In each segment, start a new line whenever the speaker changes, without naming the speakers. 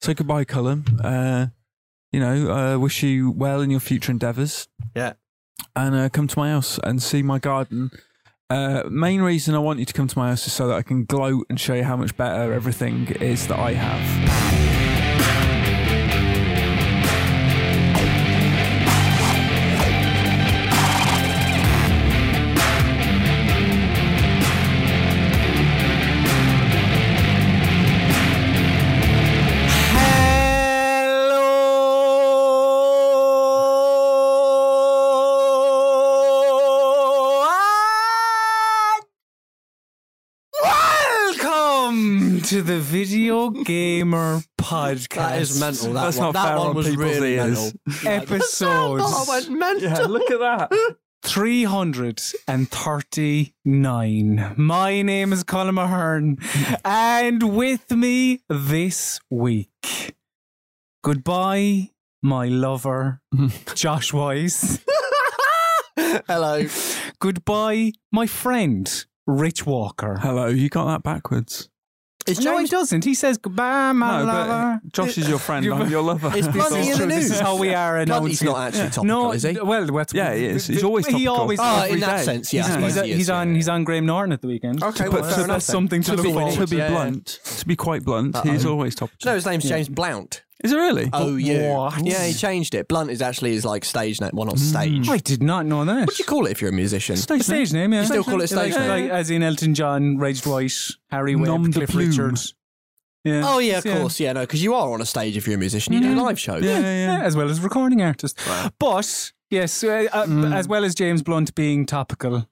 So goodbye, Cullum. Uh, you know, uh, wish you well in your future endeavours.
Yeah.
And uh, come to my house and see my garden. Uh, main reason I want you to come to my house is so that I can gloat and show you how much better everything is that I have.
Hello and welcome to the Video Gamer Podcast.
That is mental. That
That's
one.
not
that
fair
one
on
was
people's
really
ears.
Episodes
Oh, mental.
look at that.
339. My name is Colin Mahern, and with me this week, goodbye, my lover, Josh Wise.
Hello.
Goodbye, my friend, Rich Walker.
Hello, you got that backwards.
It's
No, he
James.
doesn't. He says goodbye, my
no,
lover.
but Josh is your friend. I'm your lover.
It's
This
bloody
is
in the
true. This
news.
is how we are.
No, he's
announcing-
not actually topical,
No,
is he?
d- well, that's
Yeah, he is. He's always
He
topical.
always.
Oh,
is.
in that
day.
sense, yeah.
He's-
I suppose
he's,
he is,
he's
yeah,
on.
yeah.
He's on Graham Norton at the weekend.
Okay,
But
well,
to-
fair enough.
that's
then.
something to
To
look
be
forward
to be
Yeah, yeah.
blunt, to be quite blunt, he's always top.
No, his name's James Blount.
Is it really?
Oh, you.
What?
Yeah, he changed it. Blunt is actually his like stage name. Well, not stage.
I did not know that.
What do you call it if you're a musician?
A stage name, yeah.
You still call it stage
like,
name?
like, as in Elton John, Raged White, Harry Webb,
Nom de
Cliff
Plume.
Richards. Yeah.
Oh yeah, of course. Yeah, no, because you are on a stage if you're a musician. You do live shows.
yeah, yeah.
Yeah, as well as recording artist. But yes, uh, uh,
Hmm.
as well as James Blunt being topical,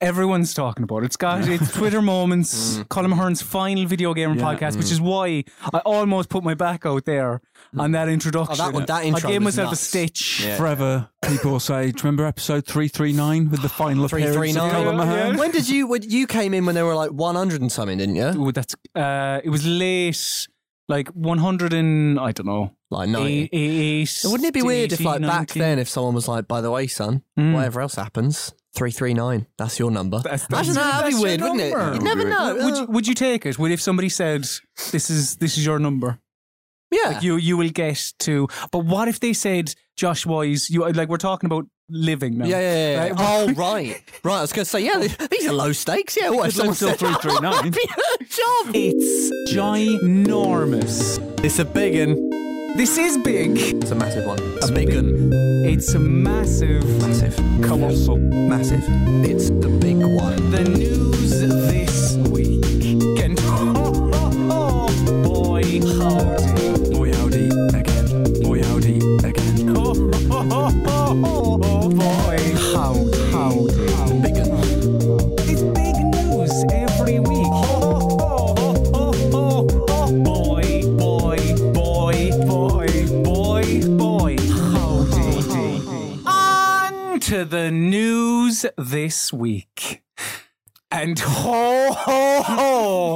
everyone's talking about it. It's got its Twitter
Hmm.
moments, Colin Hearn's final video gamer
Yeah.
podcast, which is why I almost put my back out there on that introduction.
one- Hmm. Oh, that intro
I gave
was
myself
nuts.
a stitch.
Yeah.
Forever, people say, do you remember episode 339 with the final
Three
appearance
three
of Colin Mahon?
nine. When did you? When you came in when they were like 100 and something, didn't you?
Ooh, that's uh, it was late, like one hundred and I don't know.
Like 90.
Eight, eight,
Oh, Wouldn't it be weird if, like,
18,
back
19?
then, if someone was like, by the way, son, whatever else happens, 339, that's your number?
Mm. That's-
Imagine
that's-
that, that'd be
that's
weird,
your
wouldn't
number.
it? You'd never know.
Would you, would you take it? Would if somebody said, "This is this is your number,"
yeah.
you you will get to. But what if they said, "Josh Wise," you like we're talking about living now.
yeah, yeah, yeah, yeah.
Right?
Oh, right. Right, I was going to say, yeah, th- these are low stakes. Yeah, what if someone
Live till
said, that
339.
would be a job?
It's ginormous.
It's a big one.
This is big.
It's a massive one. A big one.
It's a massive.
Massive.
Colossal.
Massive. It's the big one.
The news this week. And oh, oh, oh, boy, howdy.
Boy howdy again. Boy howdy again.
Oh, oh, oh, oh, oh, oh, boy, howdy. howdy. howdy.
Big one.
It's big news every week. Oh, oh, oh, oh, oh, oh, boy, boy, boy, boy, boy, boy. Howdy. On to the news this week. And ho, ho,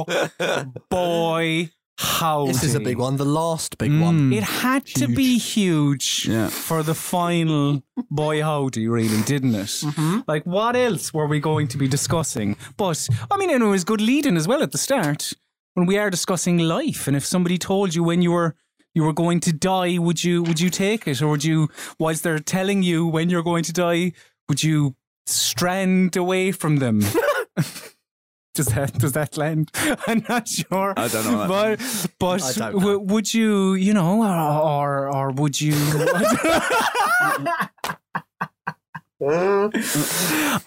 ho, boy, howdy.
This is a big one. The last big one.
Mm.
It had to be huge
Yeah.
for the final boy howdy, really, didn't it? Like, what else were we going to be discussing? But, I mean, and it was good leading as well at the start when we are discussing life. And if somebody told you when you were. You were going to die. Would you? Would you take it, or would you? Whilst they're telling you when you're going to die, would you strand away from them? does that does that land? I'm not sure.
I don't know what that
But but
I don't
w- would you you know or or, or would you?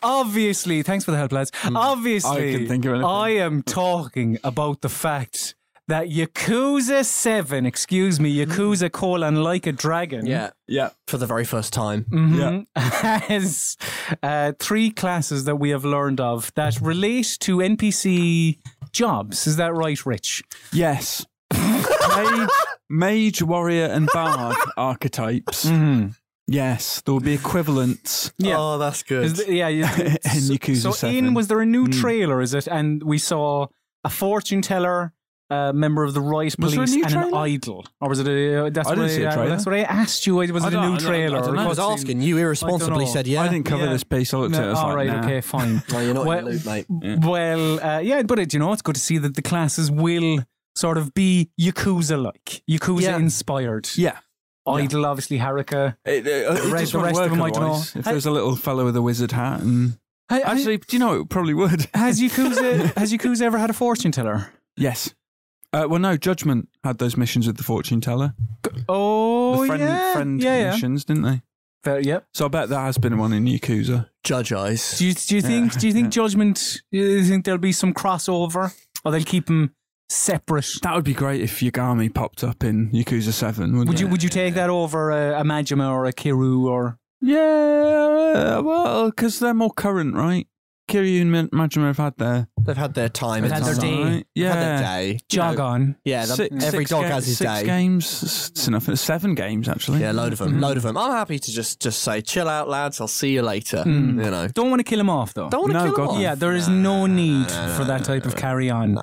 Obviously, thanks for the help, lads. Obviously,
Hmm. I can think of anything.
I am talking about the fact that Yakuza Seven, excuse me, Yakuza colon like a dragon,
Yeah.
Yeah.
For the very first time.
Mhm. has uh, three classes that we have learned of that relate to NPC jobs. Is that right, Rich?
Yes. mage, mage, warrior, and bard archetypes.
Mm.
Yes, there will be equivalents.
Yeah.
Oh, that's good.
Is th- yeah. yeah. so,
Yakuza Mm.
so
7.
in was there a new trailer? Is it? And we saw a fortune teller. A member of the right
Was
police
there a new
and an
trailer?
idol, or was it a? uh, That's
I
what
didn't see a
I-
trailer.
That's what I asked you. Was
I
it a
don't-
new
I don't- I
trailer?
don't
or
know.
I was
cutscene?
asking. You irresponsibly
know.
said, yeah.
I didn't cover
Yeah.
this piece. I looked at it. I
No,
was
all
like,
right,
nah.
okay, fine.
Well, you're not in
Well-
the loop, mate.
uh, Well, uh, yeah, but it, you know, it's good to see that the classes will sort of be Yakuza like, Yakuza
Yeah.
inspired.
Yeah.
Idol, obviously, Haruka.
It, it, it
Right,
just
the
won't
rest
work
of them I don't
otherwise.
know.
If there's a little fellow with a wizard hat and
Ha- ha-
actually, do you know it probably would?
has Yakuza has Yakuza ever had a fortune teller?
Yes. Uh, well, no. Judgment had those missions with the fortune teller. The
Oh
friend,
yeah,
friend
yeah, yeah.
missions, didn't they?
Fair- yep.
So I bet there has been one in Yakuza.
Judge eyes.
Do you do you think do you think Judgment? Do you think there'll be some crossover, or they'll keep them separate?
That would be great if Yagami popped up in Yakuza Seven. Wouldn't
Would you
it?
would you take that over a, a Majima or a Kiru or
Yeah. Well, because they're more current, right? Kiryu and Ma- Majima have had their
They've had their time.
They've
and
had their
time.
day.
Right?
They've had
Yeah.
their day.
jog on?
Yeah, that,
Six-
every
six
dog
ga-
has his
six
day.
games. It's enough. It's seven games actually.
Yeah, load of
Mm-hmm.
them, load of them. I'm happy to just just say, chill out, lads. I'll see you later. You know,
Don't want to kill him off though.
don't want to
No,
kill 'em
God.
off.
Yeah, there is no need for that type of carry on.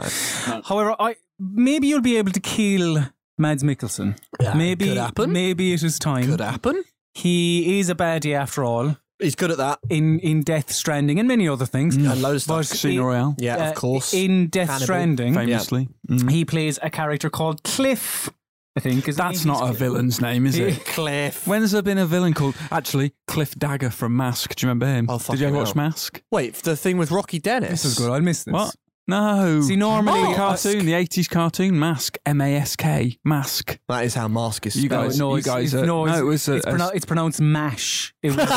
However, I maybe you'll be able to kill Mads Mikkelsen.
Yeah,
maybe
could happen.
maybe it is time.
Could happen.
He is a baddie after all
He's good at that.
in in Death Stranding and many other things.
And load of stuff.
But
Casino
i-
Royale,
Yeah,
uh,
of course.
In Death
Hannibal.
Stranding,
famously. Mm.
he plays a character called Cliff. I think is
That's not a villain's name, is it?
Cliff.
When's there been a villain called actually Cliff Dagger from Mask? Do you remember him?
Oh,
Did you ever
fucking
watch
hell.
Mask?
Wait, the thing with Rocky Dennis.
This is good. I miss this.
What? No.
See, normally
the cartoon, the eighties cartoon Mask, M A S K, Mask.
That is how Mask is.
You
spelled.
guys-
no, it's,
guys
it's-
are-
no,
no,
it's,
it was a-
it's,
a-
pronou- it's pronounced mash. It was. it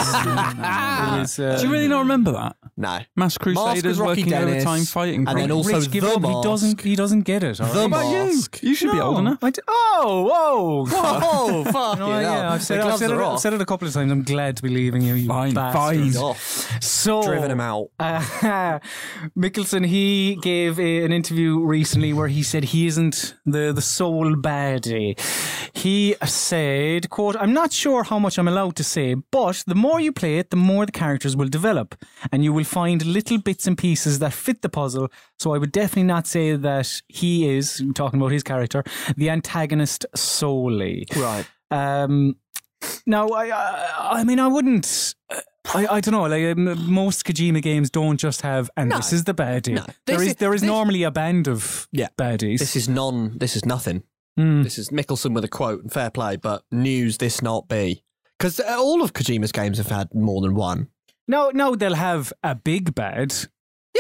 was uh,
Do you really not remember that?
No.
Mass
Mask
Crusaders
was Rocky
working
Dennis,
overtime fighting.
and then
probably.
all- Also,
Rich, give
the
it up.
mask.
He doesn't. He doesn't get it. all
The
right?
What about you?
Mask.
You should be
No,
old enough.
I d- oh, whoa.
Oh, fuck
No, yeah, I've
the
said, it, I've
gloves
said, it,
are
I've
off.
said it a couple of times. I'm glad to be leaving you. you
Fine,
bastard.
fine.
off.
So
Driven him out.
Uh, Mickelson, he gave a, an interview recently where he said he isn't the, the sole baddie. He said, quote, I'm not sure how much I'm allowed to say, but the more you play it, the more the characters will develop and you will find little bits and pieces that fit the puzzle. So I would definitely not say that he is, talking about his character, the antagonist solely.
Right.
Um, no, I, I, I mean, I wouldn't. I, I don't know. Like um, most Kojima games don't just have, and
No.
this is the baddie.
No.
There
This
is
is-
there is
this-
normally a band of
Yeah.
baddies.
This is non. This is nothing.
Mm.
This is Mickelson with a quote and fair play, but news this not be. Because all of Kojima's games have had more than one.
no, no, they'll have a big bad.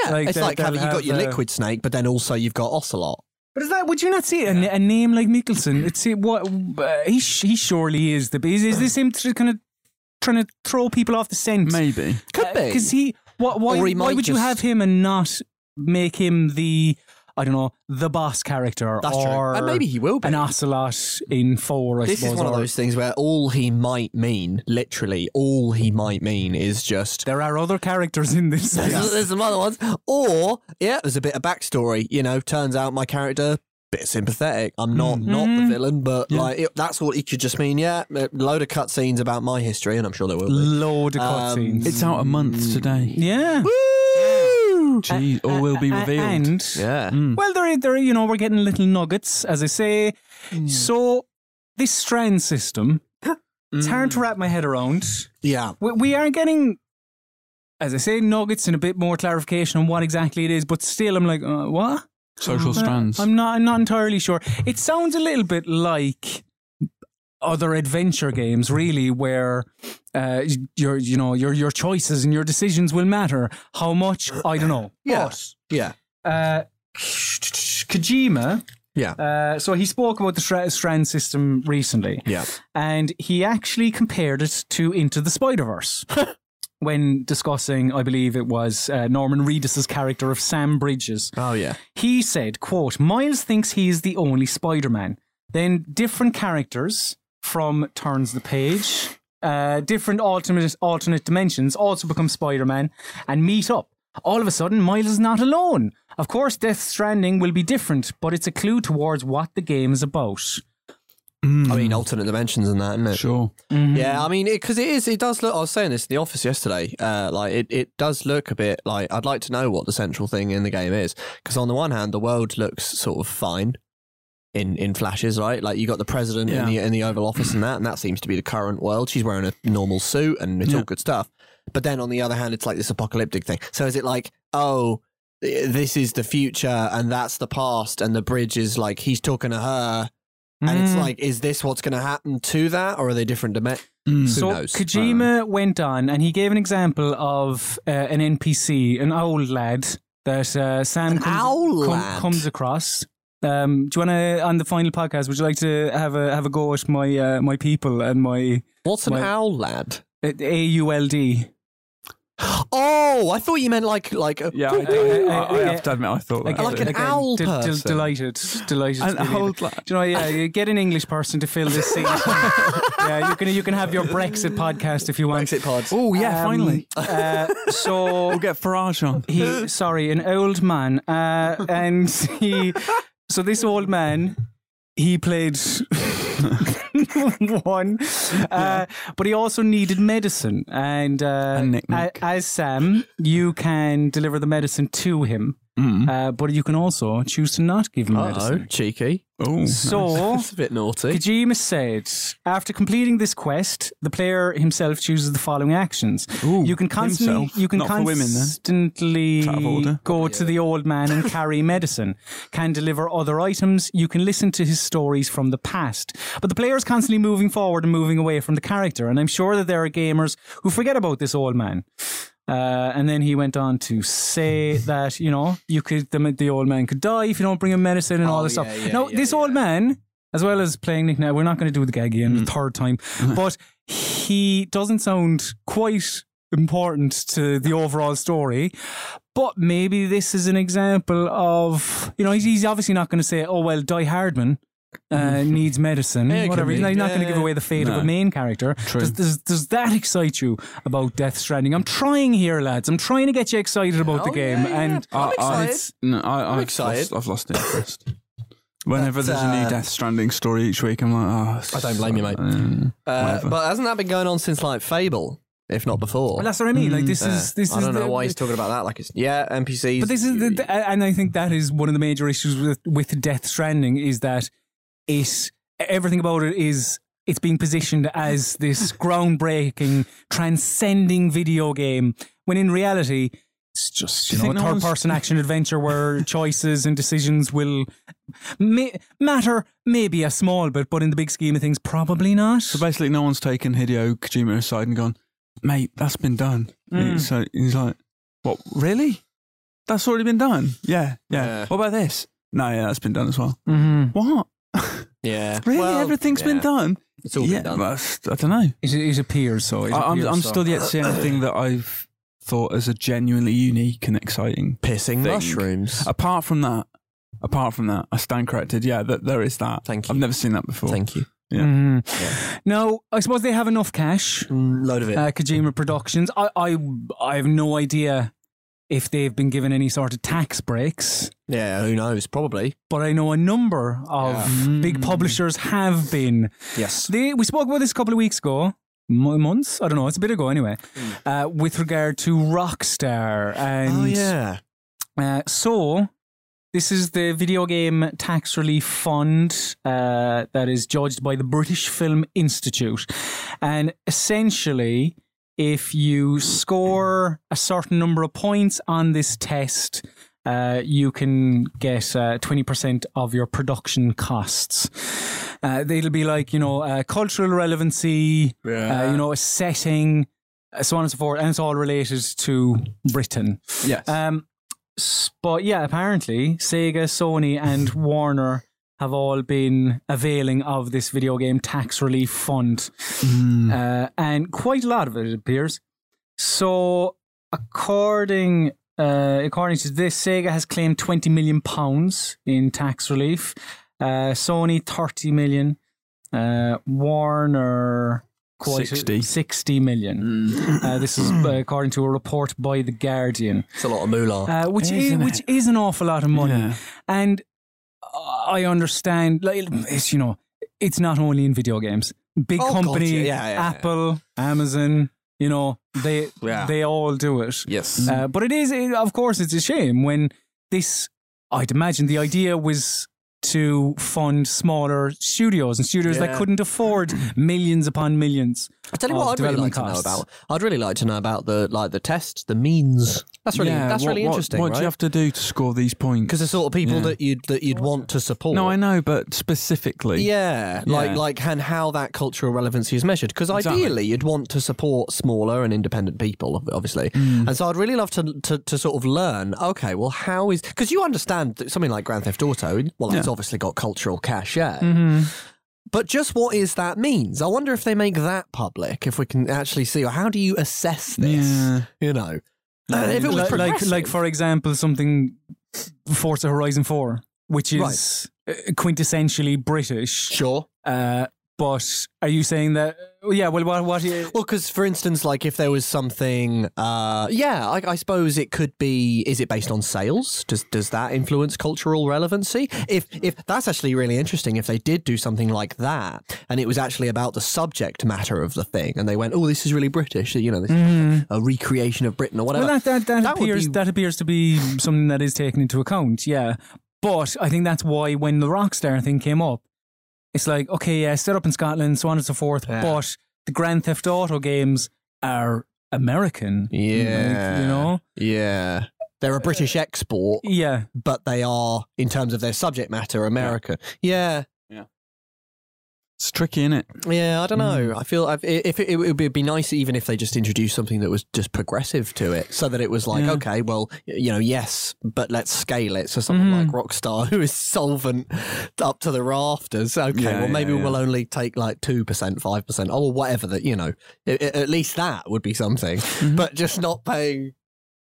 Yeah,
Like,
it's
they-
like
they'll
having you
have
got your
the-
liquid snake, but then also you've got ocelot.
But is that? Would you not see a, a name like Mickelson? It's it, what uh, he sh- he surely is the. Is, is this him tr- kind of trying to throw people off the scent?
Maybe.
Could be.
because Uh, he what why,
Or he
why
might
would you
just-
have him and not make him the I don't know the boss character
That's true.
or
And maybe he will be.
an ocelot in four I
this is
suppose
one of
or-
those things where all he might mean, literally, all he might mean is just.
there are other characters in this
There's,
series.
there's some other ones. Or, yeah, there's a bit of backstory. You know, turns out my character, bit sympathetic. I'm not
Hmm.
not the villain, but like it, that's what it could just mean. Yeah, a load of cutscenes about my history, and I'm sure there will be.
load of
Um,
cutscenes
It's out a
Mm.
month today.
yeah
Woo!
Gee, all will be
A-
revealed.
and
Yeah.
well there there you know we're getting little nuggets as I say
Hmm.
so this strand system it's hard
Hmm.
to wrap my head around
Yeah.
We, we are getting, as I say, nuggets and a bit more clarification on what exactly it is. But still, I'm like, uh, what?
Social strands.
I'm not. I'm not entirely sure. It sounds a little bit like other adventure games, really, where uh, your you know your your choices and your decisions will matter. How much? I don't know.
Yeah.
But
Yeah.
uh, Kojima.
Yeah.
Uh, so he spoke about the stra- strand system recently
Yeah.
and he actually compared it to Into the Spider Verse. When discussing, I believe it was uh, Norman Reedus' character of Sam Bridges,
Oh yeah.
he said, quote, Miles thinks he is the only Spider-Man. Then different characters from Turns the Page, uh, different alternate, alternate dimensions also become Spider-Man and meet up. All of a sudden, Miles is not alone. Of course, Death Stranding will be different, but it's a clue towards what the game is about.
I mean, alternate dimensions and that, isn't it?
sure.
Yeah, I mean, because it is, it does look. I was saying this in the office yesterday. Uh, like, it, it does look a bit like I'd like to know what the central thing in the game is. Because on the one hand, the world looks sort of fine in in flashes, right? Like you got the president in the
Yeah.
in the Oval Office and that, and that seems to be the current world. She's wearing a normal suit, and it's all good stuff. But then on the other hand, it's like this apocalyptic thing. So is it like, oh, this is the future and that's the past and the bridge is like he's talking to her and
Mm.
it's like is this what's going to happen to that or are they different dimensions
Mm.
So
knows? Um,
Kojima went on and he gave an example of uh, an NPC, an old lad that uh, Sam
An
comes,
owl
com-
lad?
comes across. Um, do you want to on the final podcast? Would you like to have a have a go at my uh, my people and my
what's an
Well-
owl lad
A U L D?
oh i thought you meant like like uh, a,
Yeah, I, I, I, I
Yeah.
have to admit, I thought that.
I like an
too.
owl
del- del-
person.
delighted, delighted.
An
to be leaving.
old lad.
Do you know? Yeah, you get an English person to fill this seat. yeah, you can you can have your Brexit podcast if you want.
exit pods
Oh yeah,
Um,
finally
uh, so
we'll get Farage on.
he sorry an old man uh, and he so this old man he played one uh, but he also needed medicine and, uh,
A knick-knack.
a- as sam you can deliver the medicine to him
Mm.
uh, but you can also choose to not give him
oh
medicine
cheeky
Oh,
so
that's a bit naughty
Kojima said, after completing this quest, the player himself chooses the following actions.
Ooh,
you can constantly,
himself.
you can
Not for women, then.
constantly
Out of order.
go to the old man and carry medicine. Can deliver other items. You can listen to his stories from the past. But the player is constantly moving forward and moving away from the character. And I'm sure that there are gamers who forget about this old man. Uh, and then he went on to say
Hmm.
that you know you could the, the old man could die if you don't bring him medicine and all this
Oh, yeah,
stuff.
yeah,
now
yeah, Hmm.
this old man, as well as playing Nick, now we're not going to do the gag again the third time, but he doesn't sound quite important to the overall story. But maybe this is an example of you know he's, he's obviously not going to say oh well Die Hardman. Uh, needs medicine,
Hmm. it could
whatever. He's
be.
not, he's not going to
Yeah,
give
yeah.
away the fate of a main character. Does, does, does that excite you about Death Stranding? I'm trying here, lads. I'm trying to get you excited about the
Oh,
game.
yeah, yeah.
And
I'm excited.
no, I, I've
excited.
Lost, I've lost interest. Whenever
But,
there's a
uh,
new Death Stranding story each week, I'm like, oh,
I don't blame you, mate.
Mm.
Uh,
Whatever.
but hasn't that been going on since like Fable, if not before?
well, that's what I mean. Like this
Yeah.
is this
Hmm, uh, I
is
don't know
the-
why he's talking about that. Like it's yeah, NPCs.
But this is the, the- and I think that is one of the major issues with with Death Stranding is that it everything about it is it's being positioned as this groundbreaking, transcending video game when in reality. It's just you
Do you
know a
think no
third
one's-
person action adventure where choices and decisions will ma- matter maybe a small bit, but in the big scheme of things, probably not.
So basically, no one's taken Hideo Kojima aside and gone, mate, that's been done.
Mm.
So he's like, what, really? That's already been done? Yeah, yeah.
Yeah.
What about this? No, yeah, that's been done as well.
Mm-hmm.
What?
yeah.
Really?
Well,
Everything's been
yeah.
done?
It's all
yeah,
been done.
but that's- I don't know.
It, it appears so. It
I, I'm,
appears
I'm
so.
still yet seeing anything that I've thought as a genuinely unique and exciting.
Pissing
Thing.
mushrooms.
Apart from that, apart from that, I stand corrected. Yeah, th- there is that.
Thank
I've
you.
never seen that before.
Thank you.
Yeah.
Mhm. Now, I suppose they have enough cash.
Mm, load of it.
Uh, Kojima Productions. I, I, I have no idea if they've been given any sort of tax breaks,
yeah. Who knows? Probably.
but I know a number of big publishers have been.
Yes.
They, we spoke about this a couple of weeks ago. mo- Months, I don't know. It's a bit ago, anyway. Uh, with regard to Rockstar, and
oh yeah.
uh, so this is the video game tax relief fund uh, that is judged by the British Film Institute, and essentially, if you score a certain number of points on this test. Uh, you can get uh, 20% of your production costs. Uh, they'll be like, you know, uh, cultural relevancy, uh, you know, a setting, uh, so on and so forth. And it's all related to Britain.
Yes.
Um, s- but yeah, apparently Sega, Sony, and Warner have all been availing of this video game tax relief fund, uh, and quite a lot of it, it appears. So, according uh, according to this, Sega has claimed twenty million pounds in tax relief. Uh, Sony thirty million. Uh, Warner quite a-
60.
60 million. Uh, this is uh, according to a report by the Guardian
It's a lot of moolah.
uh, which is
Isn't
which is an awful lot of money.
Yeah.
And I understand, like it's you know, it's not only in video games. Big
Oh, God,
company,
yeah, yeah, yeah.
Apple, Amazon, you know, they
Yeah.
they all do it.
yes.
Uh, but it is, it, of course, it's a shame when this. I'd imagine the idea was to fund smaller studios and studios that
Yeah.
couldn't afford millions upon millions.
I tell you
of
what, I'd really like
development
to know
costs.
about. I'd really like to know about the like the test, the means. That's really
yeah,
that's
what,
really
what-
interesting,
What
right?
do you have to do to score these points?
Because the sort of people
Yeah.
that you'd that you'd want to support.
no, I know, but specifically,
Yeah,
Yeah.
like like and how that cultural relevancy is measured. Because
Exactly.
ideally, you'd want to support smaller and independent people, ob- obviously.
Mm.
And so, I'd really love to, to to sort of learn. Okay, well, how is because you understand that something like Grand Theft Auto? Well, it's obviously got cultural cachet.
Mm.
But just what is that means? I wonder if they make that public. If we can actually see, or how do you assess this?
Yeah.
You know, Uh, if it was
like, like,
progressive-
like, for example, something Forza Horizon 4, which is uh quintessentially British.
sure.
Uh, but are you saying that? Yeah, well, what? what
Well, because for instance, like if there was something, uh, yeah, I, I suppose it could be. Is it based on sales? Does does that influence cultural relevancy? If if that's actually really interesting, if they did do something like that, and it was actually about the subject matter of the thing, and they went, "Oh, this is really British," you know, this is a recreation of Britain or whatever.
Mm-hmm. Well, that that, that,
That would
appears
be-
that appears to be something that is taken into account. Yeah, but I think that's why when the Rockstar thing came up, it's like okay, yeah, set up in Scotland, so on and so forth.
Yeah.
But the Grand Theft Auto games are American.
yeah,
Like, you know,
yeah. They're a British export,
yeah.
but they are, in terms of their subject matter, America. yeah.
it's tricky, is it?
Yeah, I don't
Mm.
know. I feel I've, i- if it, it would be- it'd be nice even if they just introduced something that was just progressive to it, so that it was like,
Yeah.
okay, well, y- you know, yes, but let's scale it. So someone like
Mm.
Rockstar, who is solvent up to the rafters, okay,
Yeah,
well, maybe
yeah, yeah.
we'll only take like two percent, five percent, or whatever that you know. I- I- at least that would be something,
Mm-hmm.
but just not paying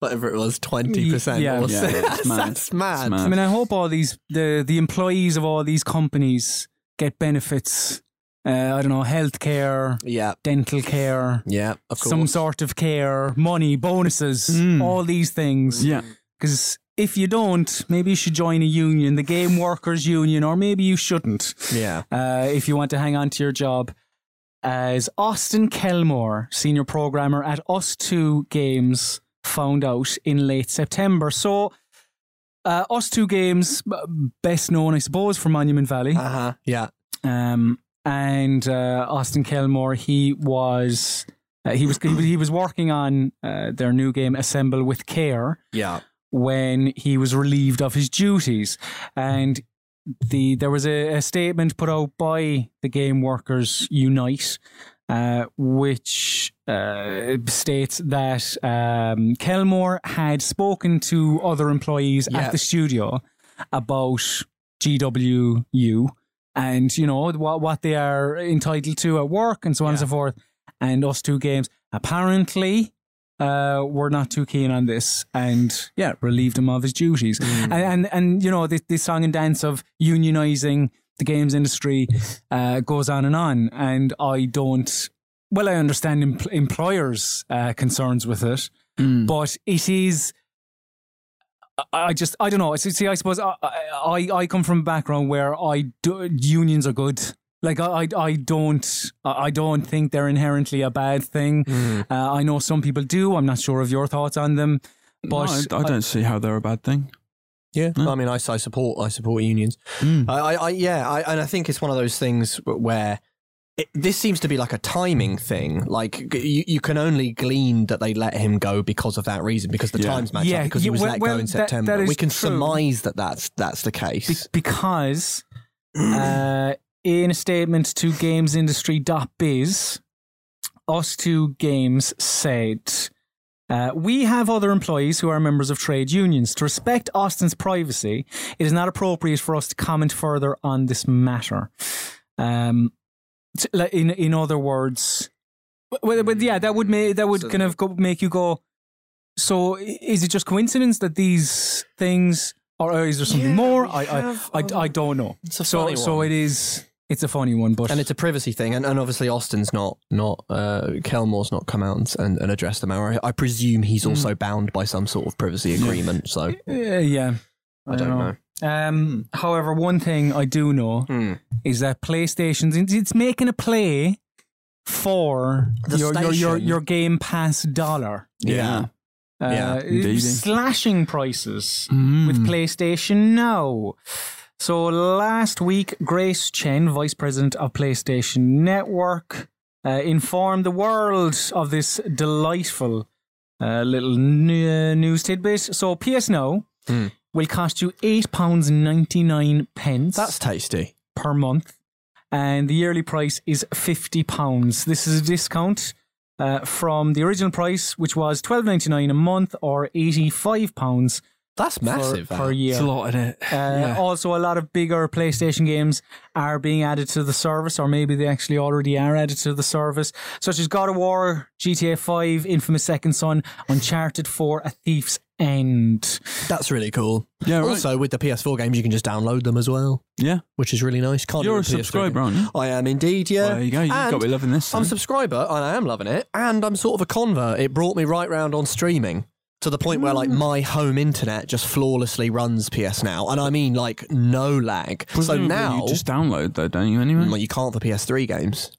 whatever it was twenty percent.
Yeah.
or
Yeah,
something.
it's mad.
that's mad.
mad.
I mean, I hope all these the the employees of all these companies get benefits. Uh, I don't know, healthcare,
Yeah,
dental care,
yeah, of course.
some sort of care, money, bonuses,
Mm.
all these things.
Yeah,
Because if you don't, maybe you should join a union, the game workers union, or maybe you shouldn't
yeah,
uh, if you want to hang on to your job. As Austin Kelmore, senior programmer at Us2 Games, found out in late September. So, uh, Us2 Games, b- best known, I suppose, for Monument Valley.
uh huh, yeah.
Um, and uh, Austin Kelmore, he was. Uh, he was he was- he was working on uh, their new game Assemble with Care,
Yeah,
when he was relieved of his duties. And the there was a, a statement put out by the Game Workers Unite, uh, which uh, states that um, Kelmore had spoken to other employees
Yeah.
at the studio about GWU and you know what what they are entitled to at work and so on and so forth. And us two games apparently uh, were not too keen on this, and yeah, relieved him of his duties.
Mm.
And, and and you know this, this song and dance of unionizing the games industry uh, goes on and on. And I don't. Well, I understand empl- employers' uh, concerns with it,
Mm.
but it is. I- I just I don't know. See, see, I suppose I, I I come from a background where I do, unions are good. Like I I, I don't I I don't think they're inherently a bad thing.
Mm.
Uh, I know some people do. I'm not sure of your thoughts on them,
No,
but
I, I don't see how they're a bad thing.
yeah. I mean, I, I support I support unions. I, I, I yeah, I, and I think it's one of those things where it, this seems to be like a timing thing. Like g- you, you can only glean that they let him go because of that reason, because the
Yeah.
times match
Yeah,
up, because he
yeah,
was
well-
let
well,
go in
that- that
September.
is
we can
true.
surmise that that's that's the
Be-
case.
because uh, in a statement to gamesindustry.biz, us two games said. Uh, we have other employees who are members of trade unions. To respect Austin's privacy, it is not appropriate for us to comment further on this matter. Um, t- like, in in other words, well, but yeah, that would make that would
So-
kind of go, make you go. So i- is it just coincidence that these things, or, or is there something
Yeah,
more?
we
I,
have, um,
I, I, I don't know.
It's a
so
funny
so
one.
it is. It's a funny one, but
and it's a privacy thing, and, and obviously Austin's not not uh, Kelmore's not come out and, and, and addressed the matter. I, I presume he's
Mm.
also bound by some sort of privacy agreement. So
Uh, yeah.
I don't know.
Um, however, one thing I do know is that PlayStation's it's making a play for
The
your, your your
station.
your Game Pass dollar.
Yeah.
Uh,
Yeah, Mm.
indeedy.
slashing prices with PlayStation Now. So last week, Grace Chen, Vice President of PlayStation Network, uh, informed the world of this delightful uh, little n- uh, news tidbit. So PS Now
Hmm.
will cost you £8.99 pence
That's tasty.
per month, and the yearly price is fifty pounds. This is a discount uh, from the original price, which was twelve ninety nine a month or eighty five pounds
That's massive. that.
per year.
It's a lot in it.
Uh, Also, a lot of bigger PlayStation games are being added to the service, or maybe they actually already are added to the service, such as God of War, GTA 5, Infamous Second Son, Uncharted 4, A Thief's End.
That's really cool.
Yeah, right.
Also, uh, with the PS4 games, you can just download them as well,
yeah.
which is really nice. Can't do
You're a
it on PS3
subscriber, aren't
games.
you?
I am indeed. Yeah.
Well, there you go. You've
And
got me loving this.
I'm a
then.
subscriber, and I am loving it. And I'm sort of a convert. It brought me right round on streaming to the point where like
Mm.
my home internet just flawlessly runs PS Now, and I mean like no lag. so
Presumably
now
you just download though, don't you? Anyway,
Well, you can't for PS3 games.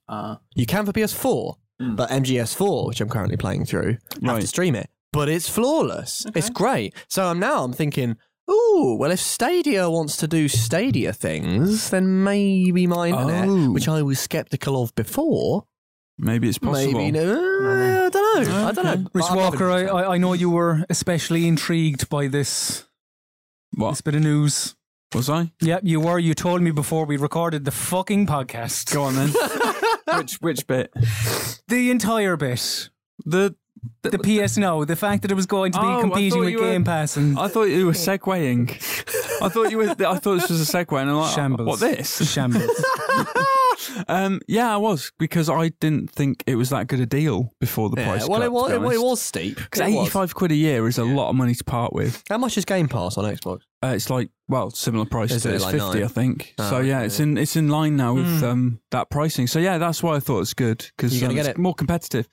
you can for PS4, but MGS4, which I'm currently playing through, I have
Right.
to stream it. But it's flawless. It's great. So I'm now I'm thinking, ooh, well, if Stadia wants to do Stadia things, then maybe my internet,
Oh.
which I was skeptical of before,
maybe it's possible.
maybe no, I don't know. I don't know.
Rich
But I'm
Walker, I,
loving it.
I, I know you were especially intrigued by this,
What
this bit of news.
was I?
Yep, you were. You told me before we recorded the fucking podcast.
Go on then. which which bit?
The entire bit.
The
The PS No, the fact that it was going to be
Oh, I
competing
thought
with
you were-
Game Pass and
Oh.
I thought you were segueing. I thought you were. I thought this was a segue, and I'm like,
shambles.
what this?
Shambles.
Um, yeah, I was because I didn't think it was that good a deal before the
Yeah,
price.
well,
cut,
it was,
to
it,
be
was- it
honest.
was steep.
'Cause
It was.
85 quid a year is a lot of money to part with.
How much is Game Pass on Xbox?
Uh, it's like well, similar price
Is
to
it
it's
like
50,
nine?
I think.
Oh,
so yeah, it's in it's in line now with um, that pricing. So yeah, that's why I thought it's good because
You gonna get
it's
it?
more competitive.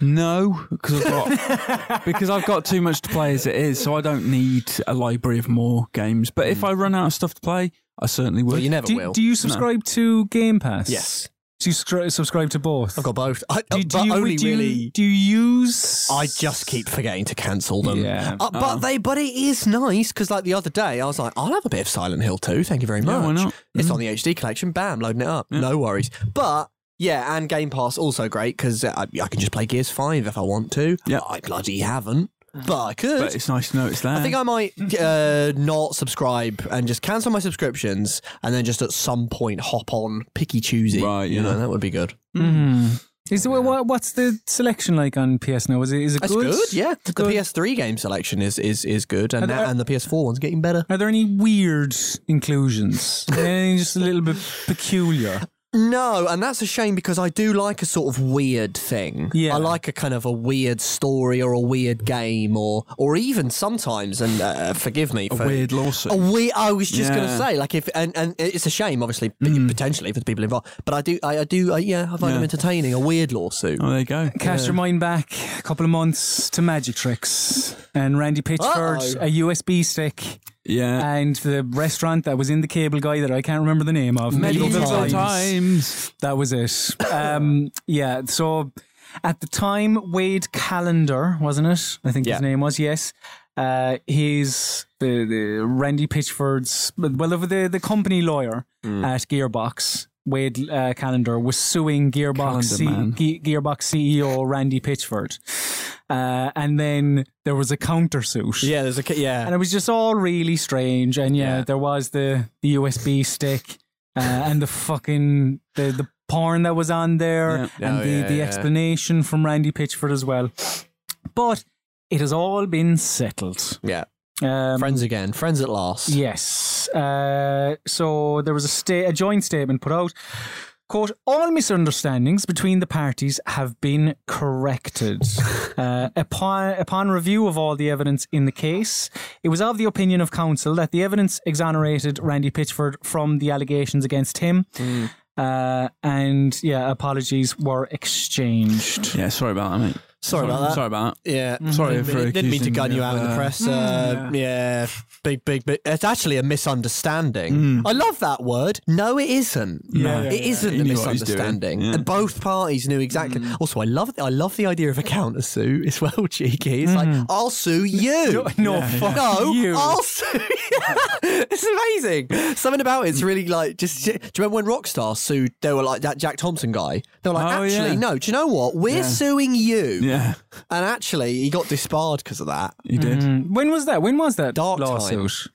No, because I've got because I've got too much to play as it is, so I don't need a library of more games. But if I run out of stuff to play, I certainly would.
Well, Hmm. you never
do,
will.
do you subscribe to Game Pass?
yes,
Do you scri- subscribe to both?
I've got both. I, uh,
Do, you- do
but
you,
only
do you-
really.
do you use?
I just keep forgetting to cancel them.
Yeah.
Uh, but
Oh.
they, but it is nice because like the other day, I was like, I'll have a bit of Silent Hill too. Thank you very much.
why not? Mm.
It's on the HD collection. Bam, loading it up. No worries. But yeah, and Game Pass also great because I, I can just play Gears Five if I want to.
Yep.
I bloody haven't, but I could.
Mm. But it's nice to know it's there.
I think I might uh, not subscribe and just cancel my subscriptions, and then just at some point hop on picky choosy.
Right,
you
yeah.
know that would be good.
Mm. Is the, wha- what's the selection like on PS Now? Is it is it
That's
good?
good. Yeah, the
Good.
PS3 game selection is is is good, and
And
now,
I-
and the PS4 one's getting better.
Are there any weird inclusions? Anything just a little bit peculiar?
No, and that's a shame because I do like a sort of weird thing.
Yeah.
I like a kind of a weird story or a weird game or or even sometimes and uh, forgive me for
a weird lawsuit.
a we- I was just going to
Yeah.
say like if and, and it's a shame obviously p- potentially for the people involved, but I do I, I do I, Mm. yeah I find them
Yeah.
entertaining a weird lawsuit.
Oh, there you go.
Cast your mind back a couple of months to Magic Tricks and Randy Pitchford,
Uh-oh.
a USB stick,
Yeah.
uh,
and the restaurant that was in the cable guy that I can't remember the name of.
Medieval
Medieval
times.
times.
That was it. Um, yeah. So at the time, Wade Calendar, wasn't it? I think
Yeah.
his name was. Yes. Uh, he's the, the Randy Pitchford's, well, the, the, the company lawyer
Mm.
at Gearbox. Wade uh, Calendar was suing Gearbox,
Calendar
C-
man.
Ge- Gearbox CEO Randy Pitchford. Uh, and then there was a countersuit.
Yeah, there's a ca-
And
yeah.
it was just all really strange. And yeah,
Yeah.
there was the, the USB stick uh, and the fucking the, the porn that was on there
Yeah.
and
Oh,
the,
yeah,
the
yeah.
explanation from Randy Pitchford as well. But it has all been settled.
Yeah,
Um,
friends again, friends at last.
Yes. Uh, so there was a, sta- a joint statement put out. Quote, all misunderstandings between the parties have been corrected. Uh, upon, upon review of all the evidence in the case, it was of the opinion of counsel that the evidence exonerated Randy Pitchford from the allegations against him.
Mm.
Uh, and yeah, apologies were exchanged.
Yeah, sorry about that, mate.
Sorry about that.
Sorry about that.
Yeah,
Sorry
didn't,
for
mean- didn't mean to
accusing
gun
you
you
of,
out in the
uh,
press. Uh, yeah. big, big, big. It's actually a misunderstanding. I love that word. No, it isn't.
No. yeah.
it isn't
He
a
knew what he's doing.
misunderstanding.
Yeah.
And both parties knew exactly. Also, I love, I love the idea of a counter sue as well, cheeky. It's like I'll sue you.
No, no, fuck
No,
you.
I'll sue. it's amazing. Something about it's really like. Just do you remember when Rockstar sued? They were like that Jack Thompson guy. They were like,
Oh,
actually,
yeah.
no. Do you know what? We're suing you.
Yeah,
And actually, he got disbarred because of that.
you did.
Mm, When was that? When was that
Dark time.
lawsuit?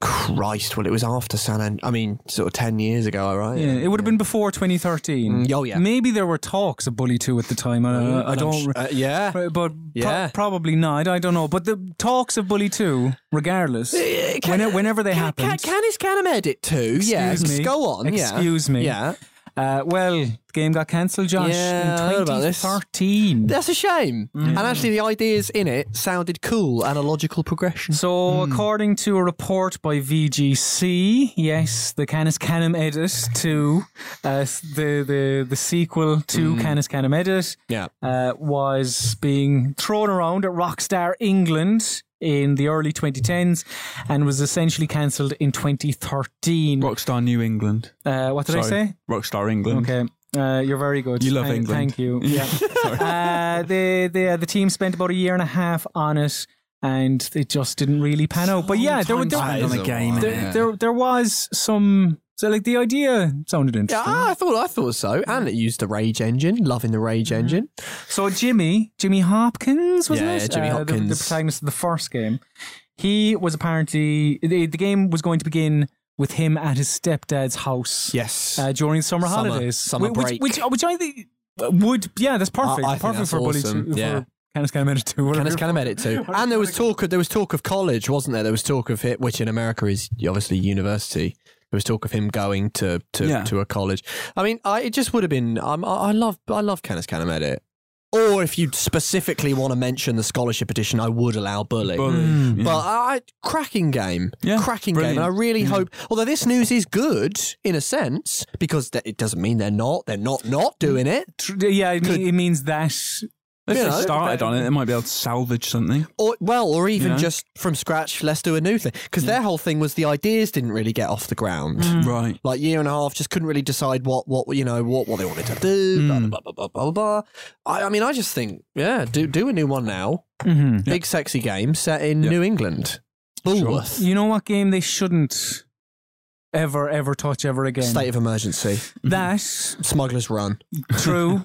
Christ, well, it was after San An- I mean, sort of 10 years ago, all right?
Yeah, it would have been before 2013.
Mm, oh, yeah.
Maybe there were talks of Bully 2 at the time. Uh, I don't.
Uh, yeah.
But, but
Yeah.
pro- probably not. I don't know. But the talks of Bully 2, regardless,
Uh, can-
when- whenever they
Can,
happened.
can, can his Canham edit too? yeah,
Excuse me.
go on. yeah.
Excuse me.
Yeah.
uh, well, the game got cancelled, Josh,
Yeah, I heard
in
about this.
2013.
That's a shame.
Mm.
And actually, the ideas in it sounded cool and a logical progression.
So, according to a report by VGC, yes, the Canis Canum edit to uh, s- the, the the sequel to Canis Canum edit
Yeah.
uh, was being thrown around at Rockstar England in the early 2010s and was essentially cancelled in 2013.
Rockstar New England.
Uh, what did I
Sorry.
say?
Rockstar England.
Okay. Uh, you're very good.
Mm. You love
Thank-
England.
Thank you. Yeah. uh, the the uh, the team spent about a year and a half on it, and it just didn't really pan out. But yeah, there were there,
Sometimes on a game.
there,
innit?
there there was some. So like the idea sounded
Yeah,
interesting.
I thought I thought so, and it used the Rage engine, loving the Rage
Mm-hmm.
engine.
So Jimmy, Jimmy Hopkins, wasn't
Yeah,
it?
yeah, Jimmy
Uh, the- the,
Hopkins.
protagonist of the first game. He was apparently the, the game was going to begin with him at his stepdad's house.
Yes,
uh, during summer,
Summer-
holidays,
summer
Whi-
break.
which, which which I think uh, would yeah, that's perfect.
I think
perfect
that's
for
awesome.
Bully Two.
Yeah.
For, Canis Calamity 2. whatever.
Canis Canham edit too. And there was talk of there was talk of college, wasn't there? There was talk of it, which in America is obviously university. There was talk of him going to to,
Yeah.
to a college. I mean, I, it just would have been. Um, I, I love I love Canis Canham edit. Or if you specifically want to mention the scholarship edition, I would allow bully.
Bully.
Hmm.
Yeah.
But I, I- cracking game,
Mm-hmm. Yeah,
cracking
brilliant. Mm-hmm.
game, and I really hope. Although this news is good in a sense because th- it doesn't mean they're not. They're not not doing it.
Tr- Yeah, it, mean, it means that.
if
you
they
know,
started on it, they might be able to salvage something.
or well, or even
know?
just from scratch, let's do a new thing. Because their whole thing was the ideas didn't really get off the ground.
Mm. Hmm.
Right.
Like year and a half, just couldn't really decide what what you know what what they wanted to do.
Mm.
Blah blah blah blah blah. blah. I, I mean, I just think yeah, do do a new one now.
Mhm.
Big sexy game set in New England, Bulworth.
You know what game they shouldn't ever, ever touch ever again?
State of emergency,
That,
Smuggler's Run.
true.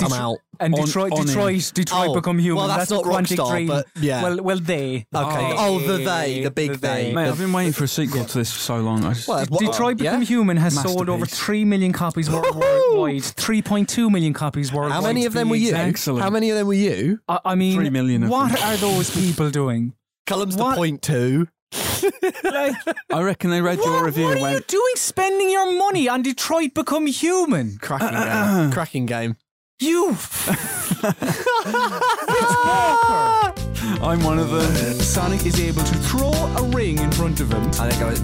I'm out.
And
On-
Detroit,
on it.
Detroit, Detroit
Oh,
become human.
well, that's
what
not
Quantic
Rockstar,
Dream.
but yeah.
Well, well, they.
Okay. Oh, the they, the big they.
Mate,
The-
I've been waiting for a sequel to this for so long. I just,
Well, what-
Detroit
yeah?
Become Human has sold over
Masterpiece.
3 million copies worldwide. 3.2 million copies worldwide.
How many
to
of them
be
were you?
exact.
Excellent.
How many of them were you?
I, I mean,
3 million of
what
them.
are those people doing?
Cullum's
What?
the point two.
Like,
I reckon they read your review
what
and
are you
went,
doing spending your money on Detroit Become Human?
Cracking game.
uh,
Cracking game.
You Walker.
I'm one of them.
Sonic is able to throw a ring in front of him.
I think I was.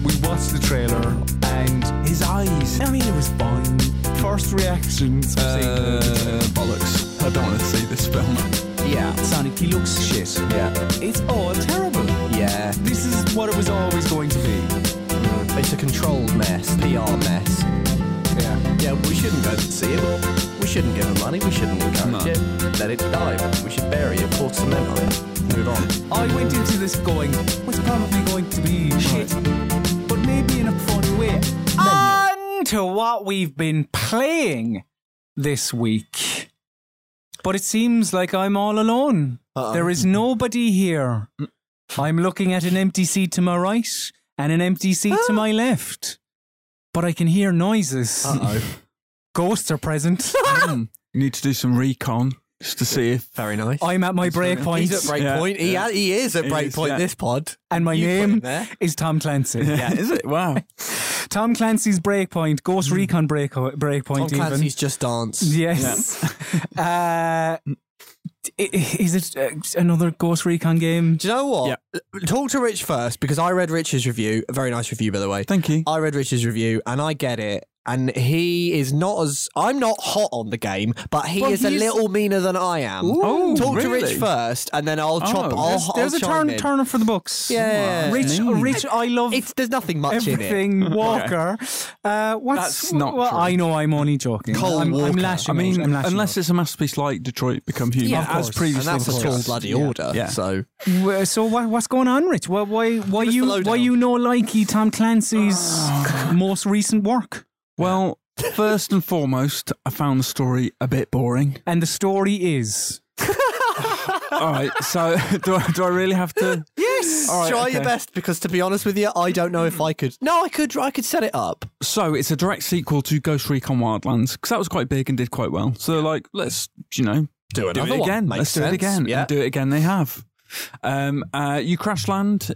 We watched the trailer and
His eyes.
I mean it was fine. First reactions were saying,
Uh, bollocks. I don't want to see this film.
Yeah.
Sonic he looks shit.
Yeah.
It's all terrible.
Yeah.
This is what it was always going to be.
It's a controlled mess, PR mess.
Yeah.
Yeah, we shouldn't go to see it. We shouldn't give it money. We shouldn't encourage
No.
it. Let it die. We should bury it, pour cement on it, move on.
I went into this going, it's probably going to be shit, but maybe in a fun way. On to what we've been playing this week. But it seems like I'm all alone.
Uh-oh.
There is nobody here. I'm looking at an empty seat to my right and an empty seat to my left. But I can hear noises.
oh.
Ghosts are present.
Mm. You need to do some recon just to see if.
Very nice.
I'm at my break point,
Oh, He's at
Yeah.
breakpoint. He, he is at
He is,
breakpoint
yeah.
this pod.
and my
You put him
name
there.
is Tom Clancy.
is it? Wow.
Tom Clancy's Breakpoint, Ghost Recon break,
Hmm.
Breakpoint.
Tom
even.
Clancy's just dance.
yes. uh, i- i- is it uh, another Ghost Recon game?
Do you know what? Talk to Rich first because I read Rich's review. A very nice review, by the way.
Thank you.
I read Rich's review and I get it. and he is not as I'm not hot on the game, but he
Well,
is a
he's-
little meaner than I am.
Oh,
Talk to
really?
Rich first, and then I'll chop.
Oh.
I'll,
There's-
I'll
There's a
chime
turn,
in.
turn for the books.
Yeah.
Rich,
Mm.
Rich, I love
It's there's nothing much in it.
everything Walker. Uh, what's,
That's not
well,
true.
I know I'm only joking.
Cole
I'm, I'm
Walker.
I
lashing.
mean,
out. I'm lashing
unless it's a masterpiece like Detroit Become Human,
Yeah, of
as
course.
And
previously
that's a tall
discussed.
bloody
Yeah.
order.
Yeah.
So
Well, So what, what's going on, Rich? Why why, why
Give us the
you
lowdown.
why you know likey Tom Clancy's most recent work?
Well, first and foremost, I found the story a bit boring.
And the story is
All right, so do I, do I really have to?
yes,
All right,
try your
okay.
best because to be honest with you, I don't know if I could. No, I could. I could set it up.
So it's a direct sequel to Ghost Recon Wildlands because that was quite big and did quite well. So they're like, let's you know
Do
do
another
it
one.
again.
Makes
Let's do
sense.
it again.
Yeah.
And do it again. They have. Um, uh, you crash land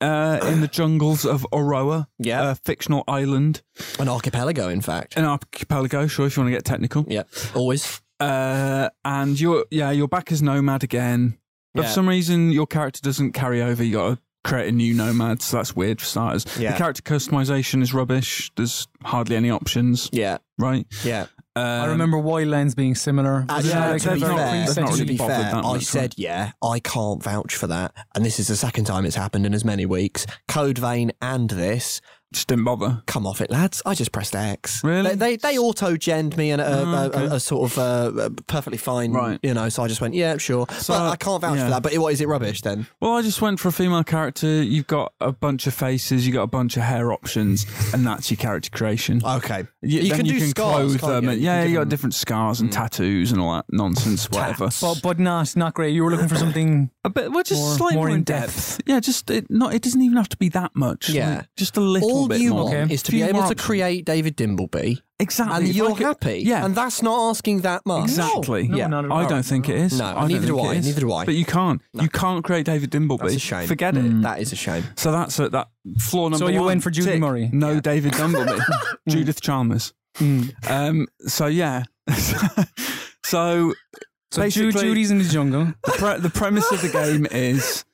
uh, in the jungles of Oroa,
Yeah.
a fictional island,
An archipelago, in fact.
an archipelago. Sure, if you want to get technical.
Yeah. Always.
Uh, and you're yeah, you're back as nomad again. But
Yeah.
for some reason, your character doesn't carry over. You got to create a new nomad, so that's weird for starters.
Yeah.
The character customization is rubbish. There's hardly any options,
Yeah.
right?
Yeah.
Um,
I remember Wildlands being similar.
Uh,
Was it
Ah, yeah,
like
to
a
be
very
fair,
pre-sexy-
not
to
really
be
bothered
fair,
that
I
much,
said, yeah, I can't vouch for that. And this is the second time it's happened in as many weeks. Code Vein and this.
just didn't bother.
Come off it, lads. I just pressed X.
Really?
They, they, they auto-genned me and a, a, a, a sort of uh, perfectly fine,
Right.
you know, so I just went, yeah, sure.
So,
but I can't vouch
yeah.
for that. But it, what, is it rubbish then?
Well, I just went for a female character. You've got a bunch of faces, you've got a bunch of hair options, and that's your character creation.
Okay.
Y-
Uh, you
then
can do scars, can't
them.
you?
and-
You
yeah,
can Mm.
you
give
got different scars and tattoos and all that nonsense, whatever.
but, but not not great. You were looking for something.
A bit, well, just
More-
slightly
more
more in
in
depth. Yeah, just it, not. It doesn't even have to be that much.
Yeah.
like, just a little
All
bit
you
more.
want is to
Few
be able
more
to
options.
create David Dimbleby,
exactly.
and
If I
you're
could-
happy.
Yeah,
and that's not asking that much.
exactly.
No,
yeah,
not at
I
all.
don't think it is.
No,
I don't
neither do
think
I,
it is.
neither do I.
But you can't. You can't create David Dimbleby.
That's a shame. Mm.
Forget
Mm.
it.
That is a shame.
So that's a, that flaw number
So you
one,
went for Judy
tick.
Murray.
No, David Dumbleby. Judith Chalmers.
Mm.
Um, so yeah. so
So Ju-
basically,
Judy's in the jungle.
the, pre- the premise of the game is.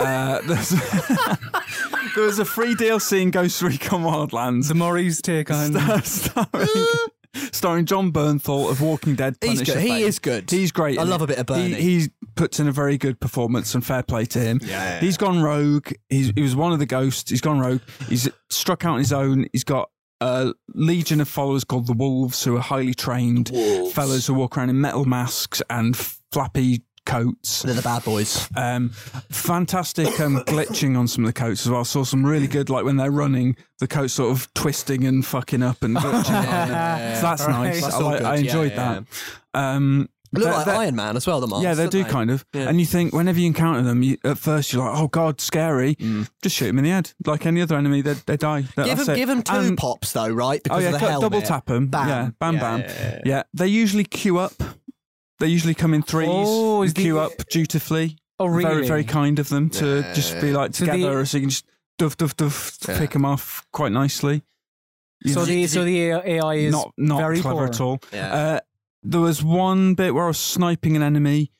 Uh, there's there was a free DLC in Ghost Recon Wildlands
The Murray's take on.
starring, starring John Bernthal of Walking Dead.
He's
Punisher
good. He
fame.
is good.
He's great.
I
in
love
it.
a bit of Bernie.
He, he puts in a very good performance and fair play to him.
Yeah.
He's gone rogue. He's, he was one of the ghosts. He's gone rogue. He's struck out on his own. He's got a legion of followers called the Wolves, who are highly trained fellows who walk around in metal masks and flappy coats.
They're the bad boys.
Um, fantastic um, glitching on some of the coats as well. Saw some really good, like when they're running, the coats sort of twisting and fucking up and glitching. So that's
Right.
nice.
That's
I,
all
like,
good.
I
Yeah,
enjoyed
yeah,
that. Um,
They look
they're-
like
they're-
Iron Man as well, the masks.
yeah, they
don't
do kind of.
Yeah.
And you think whenever you encounter them, you, at first you're like, "Oh God, scary!"
Mm.
Just shoot them in the head, like any other enemy. They, they die. That-
Give
that's
him,
it.
give him two
And-
pops though, right?
Oh
Because
yeah,
of the
du-
helmet.
double tap them.
Bam.
Yeah, bam,
Yeah,
bam.
yeah,
Yeah, they usually queue up. They usually come in threes.
Oh, is
and queue
the-
up dutifully.
Oh, really?
Very, very kind of them to just be like
So the-
together, so you can just duff, duff, duff, pick 'em pick them off quite nicely. You
So
know,
the so the AI is
not not
very
clever
poor.
at all.
Yeah.
Uh, there was one bit where I was sniping an enemy.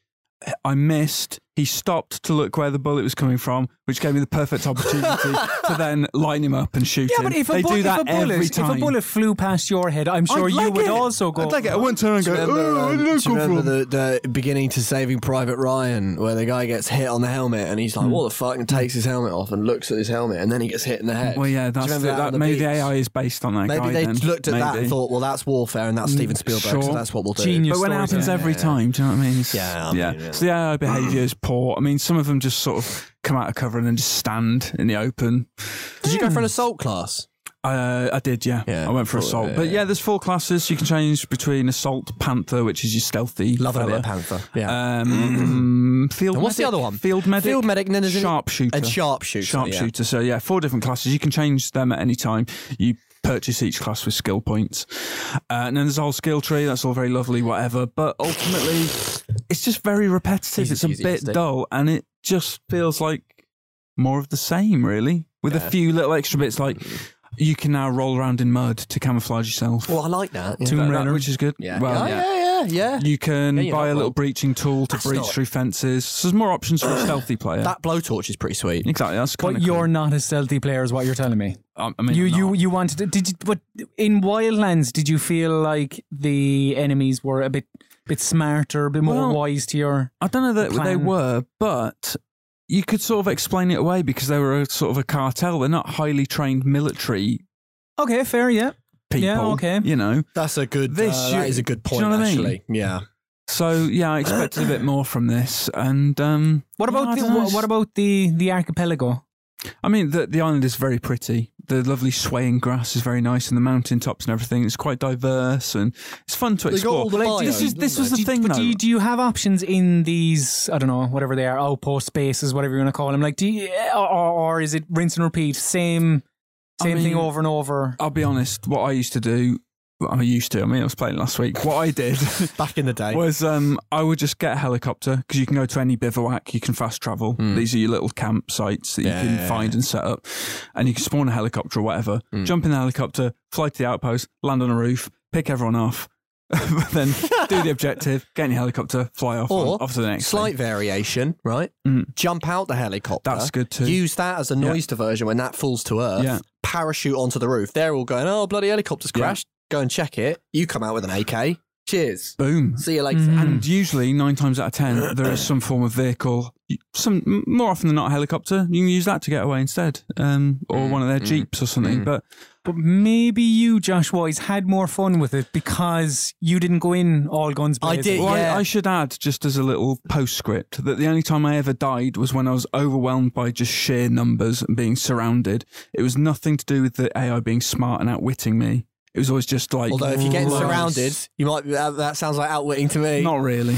I missed. He stopped to look where the bullet was coming from, which gave me the perfect opportunity to then line him up and shoot
Yeah,
him.
but if a,
they
bu-
do
if
that
a bullet
every
if
time.
a bullet flew past your head, I'm sure
I'd
you
like
would
it.
also go.
I'd like it. I wouldn't turn and
"Oh, Do
go,
you
oh,
remember, um,
where did that
do you
come
remember
from?
the, the beginning to Saving Private Ryan, where the guy gets hit on the helmet and he's like,
Hmm.
"What the fuck?" and takes his helmet off and looks at his helmet, and then he gets hit in the head.
Well,
Do
yeah,
you
that's the,
remember
that,
on the
maybe the
beach?
AI is based on that
Maybe
guy
they
then.
looked at that and
Maybe. Hmm.
thought, "Well, that's warfare, and that's Steven Spielberg, so
sure.
that's what we'll do."
Genius.
But when it
stories,
happens
yeah.
every time, do you know what I mean? It's-
Yeah, I mean, yeah.
So the AI behaviour is poor. I mean, some of them just sort of come out of cover and then just stand in the open.
Did you go for
Hmm.
an assault class?
Uh, I did, yeah.
Yeah,
I went for
thought-
assault.
yeah,
but
yeah.
yeah, there's four classes. You can change between assault, panther, which is your stealthy.
Love it a
fella.
bit of Panther. Yeah.
Um, field.
And what's the
Uh, medic-
other one?
Field medic.
Field medic, and then there's an-
sharpshooter.
and sharpshooter,
Sharpshooter. So yeah, four different classes. You can change them at any time. You purchase each class with skill points, uh, and then there's a whole skill tree. That's all very lovely, whatever. But ultimately, it's just very repetitive.
He's
it's a bit
enthusiastic.
dull, and it just feels like more of the same, really, with a few little extra bits like. You can now roll around in mud to camouflage yourself.
Well, I like that. Yeah.
That- that-
Raider.
which is good.
Yeah.
Well,
Oh, yeah, yeah, yeah.
you can
Yeah, you're
buy
not
a little
wrong.
breaching tool to
That's
breach
not-
through fences. So there's more options for a stealthy player.
That blowtorch is pretty sweet.
exactly. That's kind
But
of
you're not a stealthy player, is what you're telling me.
I I mean,
You
I'm
you
not.
you wanted to, did you but in Wildlands did you feel like the enemies were a bit bit smarter, a bit more
Well-
wise to your
I don't know that they
plan.
were, but you could sort of explain it away because they were a sort of a cartel. They're not highly trained military
Okay, fair, yeah.
people.
Yeah, okay.
You know,
That's a good.
This
uh,
you-
that is a good
do
point.
you know what I mean?
actually, yeah.
so yeah, I expected a bit more from this. And um,
What
yeah, I
about
don't
the,
know,
what, what about the the archipelago?
I mean, the the island is very pretty. The lovely swaying grass is very nice, and the mountain tops and everything. It's quite diverse, and it's fun to
They got
explore.
all the
Like, this
biomes,
is this
don't
was
they?
the thing
But Oh, do
though.
you, do you have options in these? I don't know, whatever they are, outpost spaces, whatever you want to call them. Like, do you, eh, or, or is it rinse and repeat, same
I
same thing
mean-
over and over?
I'll be honest. What I used to do, well, I used to. I mean, I was playing last week. What I did
Back in the day,
was um, I would just get a helicopter because you can go to any bivouac, you can fast travel. These are your little campsites that
Hmm. Yeah,
you can
yeah, Hmm.
find and set up, and you can spawn a helicopter or whatever. Jump in the helicopter, fly to the outpost, land on a roof, pick everyone off. then do the objective, get in your helicopter, fly off, on-
or
off to the next. thing.
slight variation, right? Jump out the helicopter.
Mm. That's good too.
Use that as a noise diversion when that falls to earth.
Yeah.
Parachute onto the roof. They're all going, "Oh, bloody helicopter's
Yeah.
crashed." Go and check it. You come out with an AK. Cheers.
Boom.
See you later.
And
Hmm.
usually, nine times out of ten, there is some form of vehicle. Some m- more often than not, a helicopter. You can use that to get away instead, um, or
Hmm.
one of their jeeps or something. But
But maybe you, Josh Wise, had more fun with it because you didn't go in all guns
I
blazing.
did,
Well,
Yeah.
I, I should add, just as a little postscript, that the only time I ever died was when I was overwhelmed by just sheer numbers and being surrounded. It was nothing to do with the AI being smart and outwitting me. It was always just like,
Although if you're getting
loads.
surrounded, you might. That, that sounds like outwitting to me.
not really.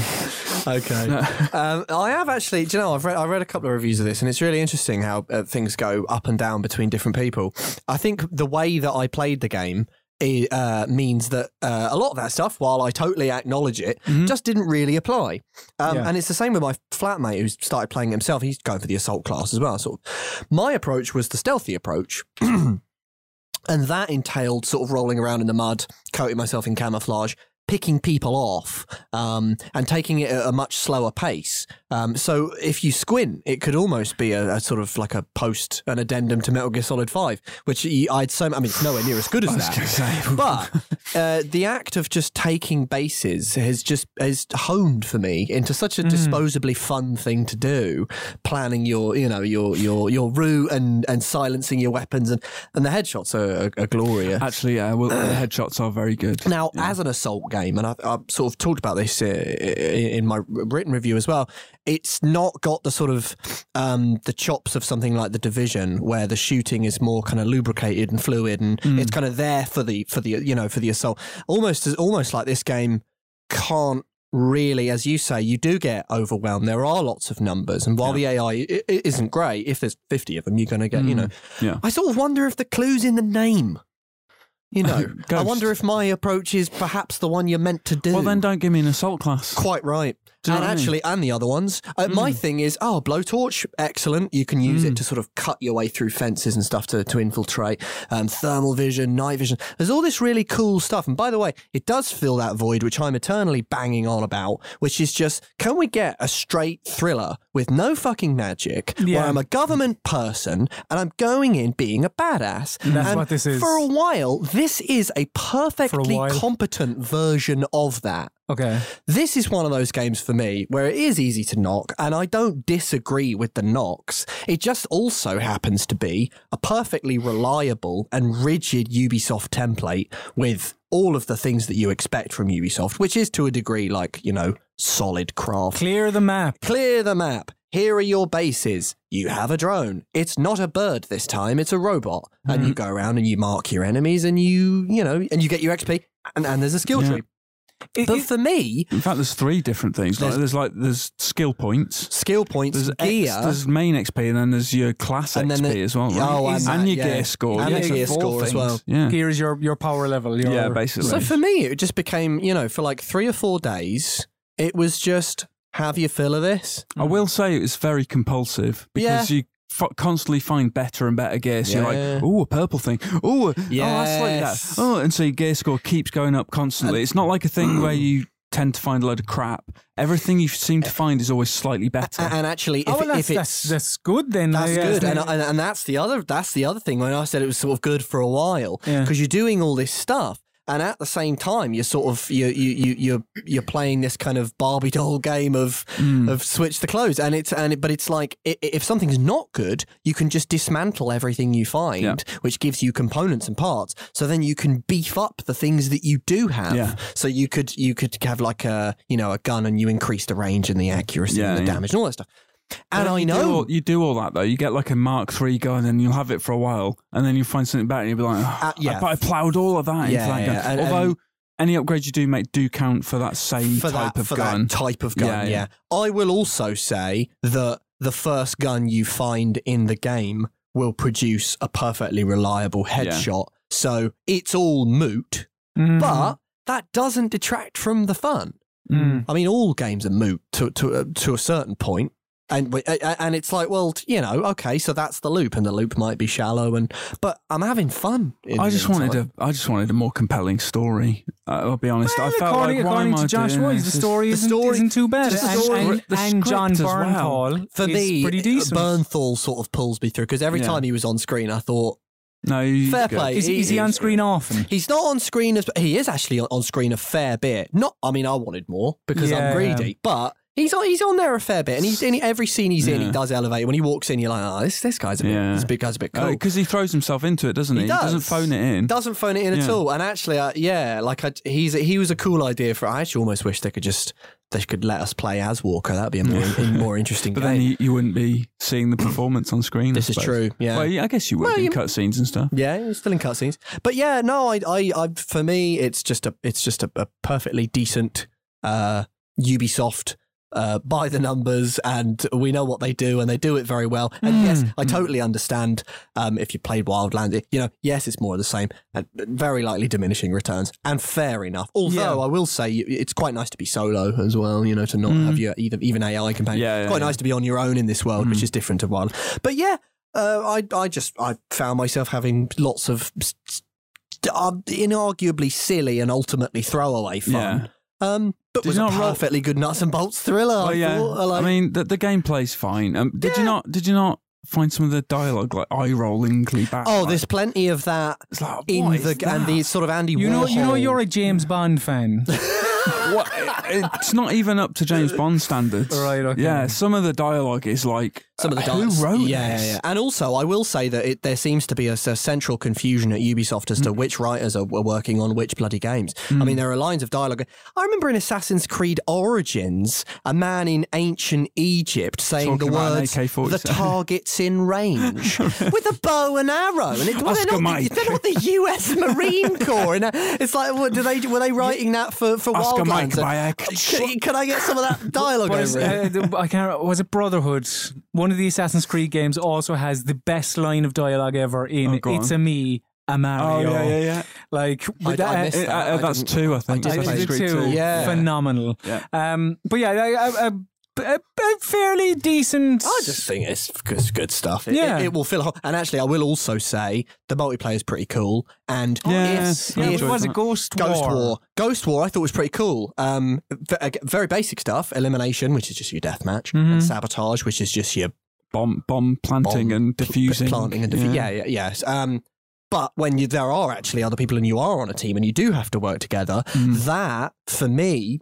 Okay. um, I have actually, do you know, I've read, I read a couple of reviews of this, and it's really interesting how uh, things go up and down between different people. I think the way that I played the game. It uh, means that uh, a lot of that stuff, while I totally acknowledge it, just didn't really apply. Um,
Yeah.
And it's the same with my flatmate who's started playing it himself. He's going for the assault class as well. Sort of. My approach was the stealthy approach. And that entailed sort of rolling around in the mud, coating myself in camouflage, picking people off, um, and taking it at a much slower pace. Um, so if you squint, it could almost be a, a sort of like a post, an addendum to Metal Gear Solid 5, which y- I'd so, I mean, it's nowhere near as good as
I was gonna
that.
say.
But uh, the act of just taking bases has just has honed for me into such
Mm.
a disposably fun thing to do. Planning your, you know, your your your route and and silencing your weapons and and the headshots are, are, are glorious.
Actually, yeah, well, the headshots are very good.
Now, as an assault game, and I've, I've sort of talked about this uh, in my written review as well, it's not got the sort of um, the chops of something like the Division, where the shooting is more kind of lubricated and fluid, and it's kind of there for the for the you know for the assault. Almost as almost like this game can't really, as you say, you do get overwhelmed. There are lots of numbers, and while the AI i- i- isn't great, if there's fifty of them, you're going to get you know.
yeah.
I sort of wonder if the clue's in the name. You know, I
Ghost.
wonder if my approach is perhaps the one you're meant to do.
Well, then don't give me an assault class.
Quite right.
Do you know
and
what I mean?
actually, and the other ones. Uh, My thing is, oh, blowtorch, excellent. You can use it to sort of cut your way through fences and stuff to, to infiltrate. Um, thermal vision, night vision. There's all this really cool stuff. And by the way, it does fill that void, which I'm eternally banging on about, which is just can we get a straight thriller with no fucking magic where
Yeah.
I'm a government person and I'm going in being a badass?
That's
And
what this is.
For a while, this is a perfectly
while.
competent version of that.
Okay.
This is one of those games for me where it is easy to knock, and I don't disagree with the knocks. It just also happens to be a perfectly reliable and rigid Ubisoft template with all of the things that you expect from Ubisoft, which is to a degree like, you know, solid craft.
Clear the map.
Clear the map. Here are your bases. You have a drone. It's not a bird this time, it's a robot. And you go around and you mark your enemies and you, you know, and you get your XP and, and there's a skill
Yeah.
tree. But for me,
In fact, there's three different things. Like, there's like there's skill points.
skill points,
There's
gear.
X, there's main XP, and then there's your class
And then
XP
the-
as well, right?
Oh, and that,
your
yeah.
gear score,
And
yeah,
the
so
gear
four
score as
things.
well.
Yeah,
Here is your your power level. Your,
yeah, basically.
so for me, it just became, you know, for like three or four days, it was just have your fill of this.
I will say it's very compulsive because you. F- constantly find better and better gear, so you're
Yeah.
like, oh, a purple thing, oh, oh, that's like that,
Yes.
oh, and so your gear score keeps going up constantly. it's not like a thing where you tend to find a load of crap. Everything you seem to find is always slightly better.
And actually, if,
oh, well,
if
that's,
it's
that's, that's good then.
That's
I uh, guess.
good, and, and and that's the other that's the other thing. When I said it was sort of good for a while,
Yeah.
because you're doing all this stuff, and at the same time, you're sort of you you you you're you're playing this kind of Barbie doll game of
Mm.
of switch the clothes, and it's and it, but it's like i- i- if something's not good, you can just dismantle everything you find, which gives you components and parts. So then you can beef up the things that you do have.
Yeah.
So you could you could have like a you know a gun, and you increase the range and the accuracy
Yeah,
and the
yeah.
damage and all that stuff. And I
You do
know
all- you do all that though. You get like a Mark III gun, and you'll have it for a while, and then you find something better, and you'll be like, oh,
Uh, yeah.
"But I ploughed all of that
Yeah,
into that
yeah,
gun."
and-
Although
and-
any upgrades you do make do count for that same
for
type
that
of
for
gun.
that type of gun.
Yeah,
Yeah,
yeah.
I will also say that the first gun you find in the game will produce a perfectly reliable headshot. So it's all moot,
Mm-hmm.
Mm.
but that doesn't detract from the fun.
Mm.
I mean, all games are moot to to uh, to a certain point. And w- a- a- and it's like, well, you know, okay, so that's the loop, and the loop might be shallow, and but I'm having fun. in
I
the
just wanted
meantime.
a, I just wanted a more compelling story. I- I'll be honest. I
Well,
felt
according,
like why
according
am I
to Josh
doing
Wise,
this?
the story,
The
isn't,
story-
isn't too bad.
just the
and,
story-
and,
the
and
script
John
as well.
Bernthal
for
is
me. uh,
pretty decent.
Bernthal sort of pulls me through because every
Yeah.
time he was on screen, I thought,
No, you-
fair
good.
play.
is, is he on screen often?
He's not on screen as he is actually on- on screen a fair bit. Not, I mean, I wanted more because
Yeah.
I'm greedy, but he's on he's on there a fair bit, and he's in every scene he's in.
Yeah.
He does elevate. When he walks in, you're like, oh, this this guy's a bit,
Yeah. Oh,
this big guy's a bit cool.
Because he throws himself into it, doesn't he?
He does.
not phone it in.
doesn't phone it in at
Yeah.
all, and actually, I, yeah, like I, he's he was a cool idea for. I actually almost wish they could just they could let us play as Walker. That'd be a more, in- more interesting
But
game.
then you, you wouldn't be seeing the performance on screen. I
this is
suppose.
true. Yeah,
Well, yeah, I guess you would
Well,
in
you-
cutscenes and stuff.
Yeah, it's still in cutscenes. But yeah, no, I, I, I, for me, it's just a, it's just a, a perfectly decent uh, Ubisoft uh, by the numbers, and we know what they do, and they do it very well. And
Hmm,
yes, I totally understand um, if you played Wildlands, it- you know, yes, it's more of the same, and very likely diminishing returns, and fair enough. Although I will say you- it's quite nice to be solo as well, you know, to not have your either even AI companion.
Hmm. Yeah, yeah,
quite
yeah. Hmm.
nice to be on your own in this world, which is different to Wildlands. But yeah, uh, I I just I found myself having lots of s- s- uh, inarguably silly and ultimately throwaway fun. Um, but
Did
was
you
a
not roll-
perfectly good nuts and bolts thriller.
Oh
I
yeah,
thought. I like-
I mean the, the gameplay's fine. Um, did you not? Did you not find some of the dialogue like eye rollingly back?
oh,
like,
there's plenty of that
It's like, what
in
is
the and
that?
the sort of Andy
You know, you know,
Warhol-
you're a James Bond fan.
What- it's not even up to James Bond standards.
Right, okay.
Yeah, some of the dialogue is like
some of the
Uh, who
dice.
wrote
yeah,
this?
yeah, yeah. And also, I will say that it, there seems to be a, s- a central confusion at Ubisoft as to
Mm.
which writers are, are working on which bloody games. I mean, there are lines of dialogue. I remember in Assassin's Creed Origins, a man in ancient Egypt saying
Talking
the
about an
words
AK-47.
"the target's in range" with a bow and arrow, and it, well,
Oscar
they're, not the,
Mike.
they're not the U.S. Marine Corps. And uh, it's like, what, do they were they writing that for for
Oscar
Wildlands?
Mike
And-
Bayek.
Can, can I get some of that dialogue
But it's,
over it?
uh, the- I can't. Was it Brotherhood? One of the Assassin's Creed games also has the best line of dialogue ever in
Oh, go
"It's
on.
a me, a
Oh
Mario."
yeah, yeah, yeah.
Like with
I
that,
missed
Uh, uh,
I
that's
didn't-
two, I think.
I
I
didn't
Assassin's
did
Creed
too.
two.
Yeah.
phenomenal.
Yeah.
Um, but yeah, a, a, a, a fairly decent.
I Oh, just think it's f- it's good stuff. It,
Yeah.
it, it will fill a hole. And actually, I will also say the multiplayer is pretty cool. And
Yes.
if,
Yeah,
yeah,
I
but
if
it
enjoyed
was a
that.
ghost,
Ghost
war.
War. Ghost War, I thought was pretty cool. Um, v- ag- very basic stuff: elimination, which is just your death match,
Mm-hmm.
and sabotage, which is just your
Bomb, bomb planting
Bomb
and
pl-
diffusing.
planting and diffusing. Yeah, yeah, yes. Um, but when you, there are actually other people and you are on a team and you do have to work together,
Mm-hmm.
that for me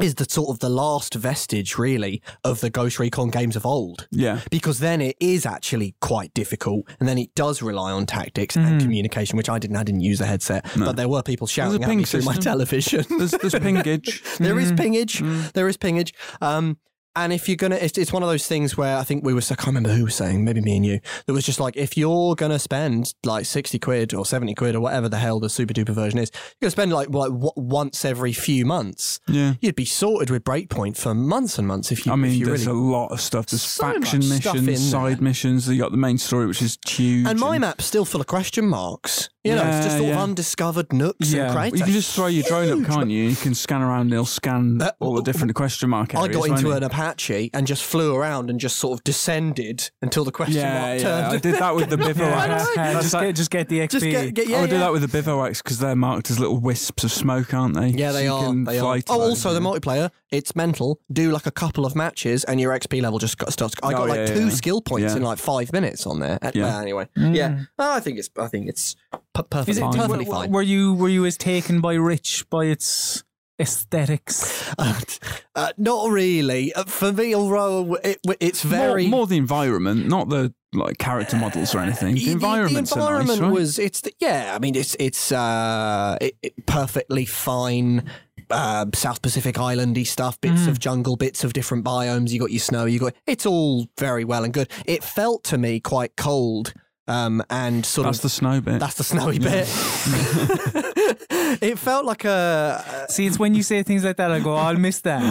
is the sort of the last vestige, really, of the Ghost Recon games of old
yeah.
because then it is actually quite difficult, and then it does rely on tactics
Hmm.
and communication, which I didn't. I didn't use a headset, but there were people shouting at
ping
me through my
system.
television.
There's, Hmm. there's pingage.
There is pingage. There is pingage. Um, and if you're gonna, it's, it's one of those things where I think we were. I can't remember who was saying. Maybe me and you. That was just like, if you're gonna spend like sixty quid or seventy quid or whatever the hell the super duper version is, you're gonna spend like like w- once every few months.
Yeah.
You'd be sorted with Breakpoint for months and months if you.
I mean,
if you
there's
really
a lot of stuff. There's
So much
faction
stuff in
missions,
there.
side missions. You got the main story, which is huge.
And my map's still full of question marks You know,
Yeah,
it's just sort
yeah.
of undiscovered nooks and
Yeah,
craters.
you can just throw your drone up, can't you? You can scan around and it'll scan
Uh,
all the different question mark
I
areas.
got
won't
into
it?
an Apache and just flew around and just sort of descended until the question
Yeah,
mark
yeah. I
turned.
did that with the bivouac.
Yeah,
That's
just,
like-
get, just get the XP.
Just get, get-
I
yeah,
would do
yeah.
that with the bivouacs because they're marked as little wisps of smoke, aren't they?
Yeah,
So
they
you
are.
can
They
fly
are.
to
Oh,
those,
also the
yeah.
multiplayer. It's mental. Do like a couple of matches, and your XP level just got starts. I
Oh,
got like
yeah,
two
yeah.
skill points
Yeah.
in like five minutes on there. Uh,
Yeah. Mm.
uh, anyway, yeah. Oh, I think it's. I think it's per- perfectly
Is it,
fine.
did-
Perfectly
were-
fine.
Were you were you as taken by Rich by its aesthetics?
uh, not really. Uh, for me, although it, it's very.
more, more the environment, not the like character models or anything.
The- the-
The environments
the environment
are nice,
was it's the, yeah i mean it's it's uh it, it perfectly fine uh, south pacific islandy stuff bits
Mm.
of jungle bits of different biomes you got your snow you got it's all very well and good it felt to me quite cold um and sort
right? That's
of
the snow bit.
that's the snowy bit it felt like a
See, it's when you say things like that, I go, I'll miss that.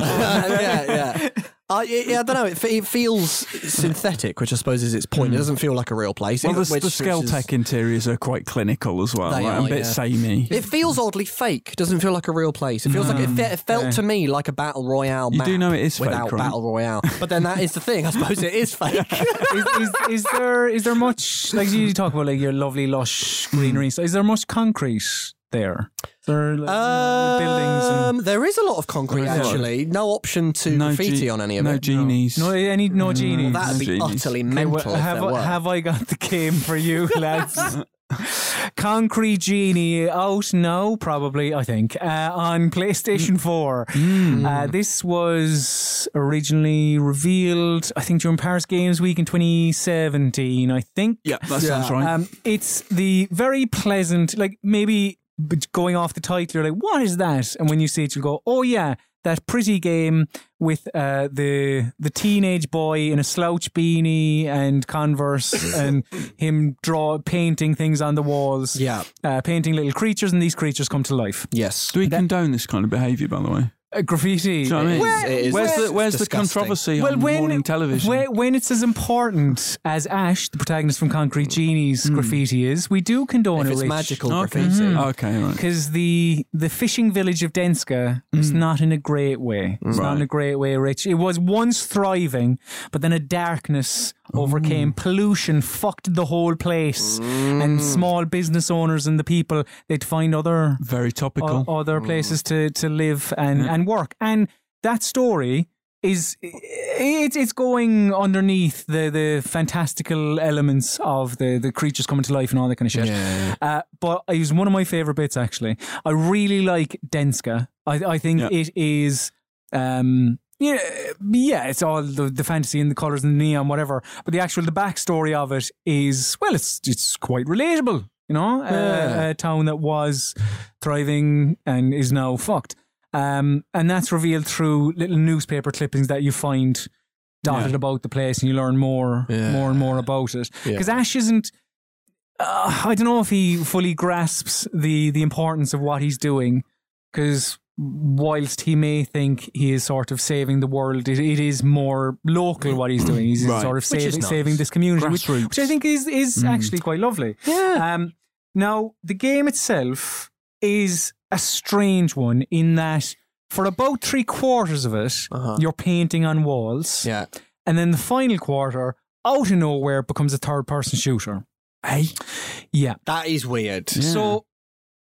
yeah yeah I, yeah, I don't know. It, fe- it feels synthetic, which I suppose is its point. It doesn't feel like a real place.
Mm. well, the,
it-
the
which- which
Skeltech
is-
interiors are quite clinical as well.
They
like,
are,
a bit
yeah.
samey.
It feels oddly fake. Doesn't feel like a real place. It feels like it, fe- it felt to me like a battle royale.
Mm. You
map
do know it is fake,
without
right?
battle royale. But then that is the thing. I suppose it is fake.
is, is, is there is there much like you talk about like your lovely lush greenery? So is there much concrete there? Is there like, you know, buildings and
Um, there is a lot of concrete
There is a lot.
actually. No option to
no
graffiti
ge-
on any of
no
it.
genies.
no any
Mm,
no genies.
That'd be
genies.
utterly
Okay,
mental.
well,
if
have,
there
I-
were.
have I got the game for you, lads? Concrete Genie out now, probably, I think, uh, on PlayStation 4. Uh, this was originally revealed, I think, during Paris Games Week in 2017, I think.
Yeah, that sounds
Yeah.
right.
Um, it's the very pleasant, like maybe b- going off the title, you're like, what is that? And when you see it, you go, oh yeah, that pretty game with uh, the the teenage boy in a slouch beanie and Converse and him draw painting things on the walls.
Yeah.
Uh, painting little creatures, and these creatures come to life.
Yes.
do we condone this kind of behaviour, by the way?
Uh, graffiti.
Do you know what I mean?
Well, It is-
where's
it's
the where's
disgusting.
the controversy on morning television?
When, when it's as important as Ash, the protagonist from Concrete Genie's graffiti is, we do condone
If
it.
it's
Rich.
magical
okay. Mm-hmm.
graffiti.
okay, right. Mm.
because the the fishing village of Denska is not in a great way. It's not in
Right.
a great way, Rich. It was once thriving, but then a darkness
Mm.
overcame. Pollution fucked the whole place, and small business owners and the people they'd find other
Very topical.
Oh,
o- other places to to live and and work. And that story is it's it's going underneath the the fantastical elements of the the creatures coming to life and all that kind of shit. Uh, but it was one of my favorite bits actually. I really like Denska. I I think
Yeah.
it is. Um, yeah, yeah, it's all the, the fantasy and the colors and the neon, whatever. But the actual the backstory of it is well, it's it's quite relatable, you know. Uh, a town that was thriving and is now fucked, um, and that's revealed through little newspaper clippings that you find dotted about the place, and you learn more, more and more about it. Because Ash isn't. Uh, I don't know if he fully grasps the the importance of what he's doing, because whilst he may think he is sort of saving the world, it, it is more local what he's doing. He's
Right.
sort of
Which is
saving,
nice.
saving this
oh,
community, which,
Grassroots.
which I think is is actually quite lovely. Yeah. Um, now the game itself is a strange one in that for about three quarters of it, you're painting on walls,
Yeah.
and then the final quarter, out of nowhere, becomes a third-person shooter.
Hey,
Yeah.
That is weird.
So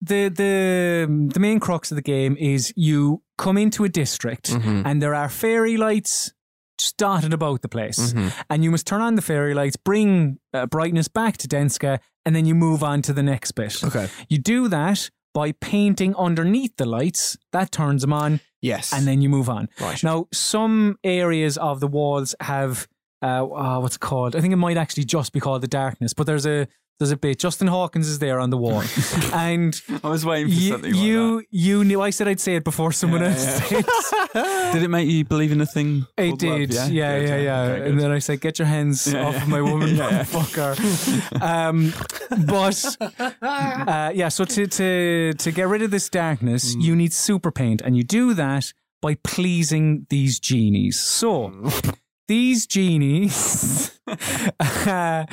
the the the main crux of the game is you come into a district
Mm-hmm.
and there are fairy lights just dotted about the
Mm-hmm.
place, and you must turn on the fairy lights, bring uh, brightness back to Denska, and then you move on to the next bit.
Okay.
You do that by painting underneath the lights. That turns them on
Yes.
and then you move on.
Right.
Now, some areas of the walls have uh, uh, what's it called? I think it might actually just be called the darkness, but there's a there's a bit. Justin Hawkins is there on the wall, and
I was waiting for
you
something like
you, you knew. I said I'd say it before someone else did.
that. Did it make you believe in a thing?
It
called love?
did, yeah,
Good,
yeah, yeah.
okay, good.
and then I said, "Get your hands off of my woman, motherfucker." um, but uh, yeah, so to to to get rid of this darkness,
Mm.
you need super paint, and you do that by pleasing these genies. So these genies, uh,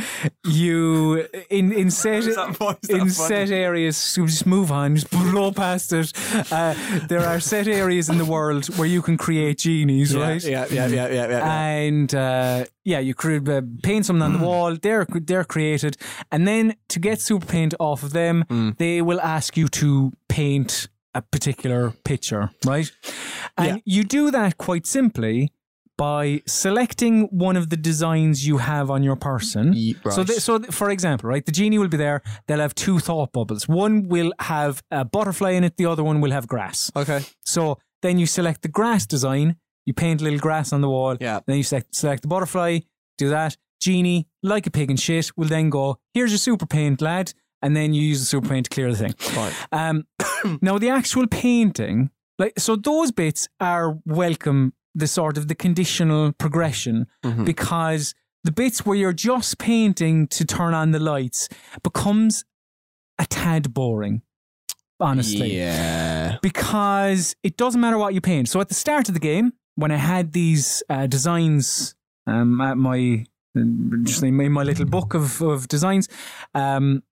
you in in set
Is that voice that
in
funny?
set areas. So just move on, just blow past it. Uh, there are set areas in the world where you can create genies, right?
Yeah, yeah, yeah, yeah, yeah. Mm.
and uh, yeah, you cre- uh, paint something on the wall. They're they're created, and then to get super paint off of them,
Mm.
they will ask you to paint a particular picture, right? And you do that quite simply by selecting one of the designs you have on your person.
Ye- right.
So, th- so th- for example, right, the genie will be there. They'll have two thought bubbles. One will have a butterfly in it. The other one will have grass.
Uh,
okay.
So then you select the grass design, you paint little grass on the wall,
Yeah.
then you select, select the butterfly, do that. Genie, like a pig in shit, will then go, here's your super paint, lad. And then you use the super paint to clear the thing.
Right.
Um, now, the actual painting, like so, those bits are welcome. The sort of the conditional progression
Mm-hmm.
because the bits where you're just painting to turn on the lights becomes a tad boring. Honestly,
Yeah.
because it doesn't matter what you paint. So at the start of the game, when I had these uh, designs um, at my just in my- in my little book of, of designs, um,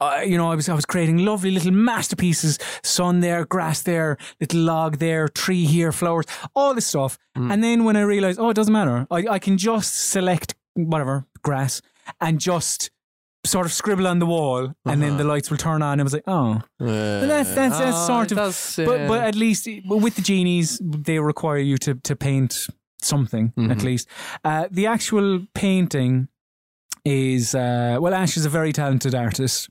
I you know, I was I was creating lovely little masterpieces: sun there, grass there, little log there, tree here, flowers, all this stuff. And then when I realized, oh, it doesn't matter. I, I can just select whatever grass and just sort of scribble on the wall, and then the lights will turn on. And I was like, oh, that's- that's- that's
Uh,
sort of-
that's,
but
yeah.
but at least with the genies, they require you to to paint something at least. Uh, the actual painting is uh, well, Ash is a very talented artist,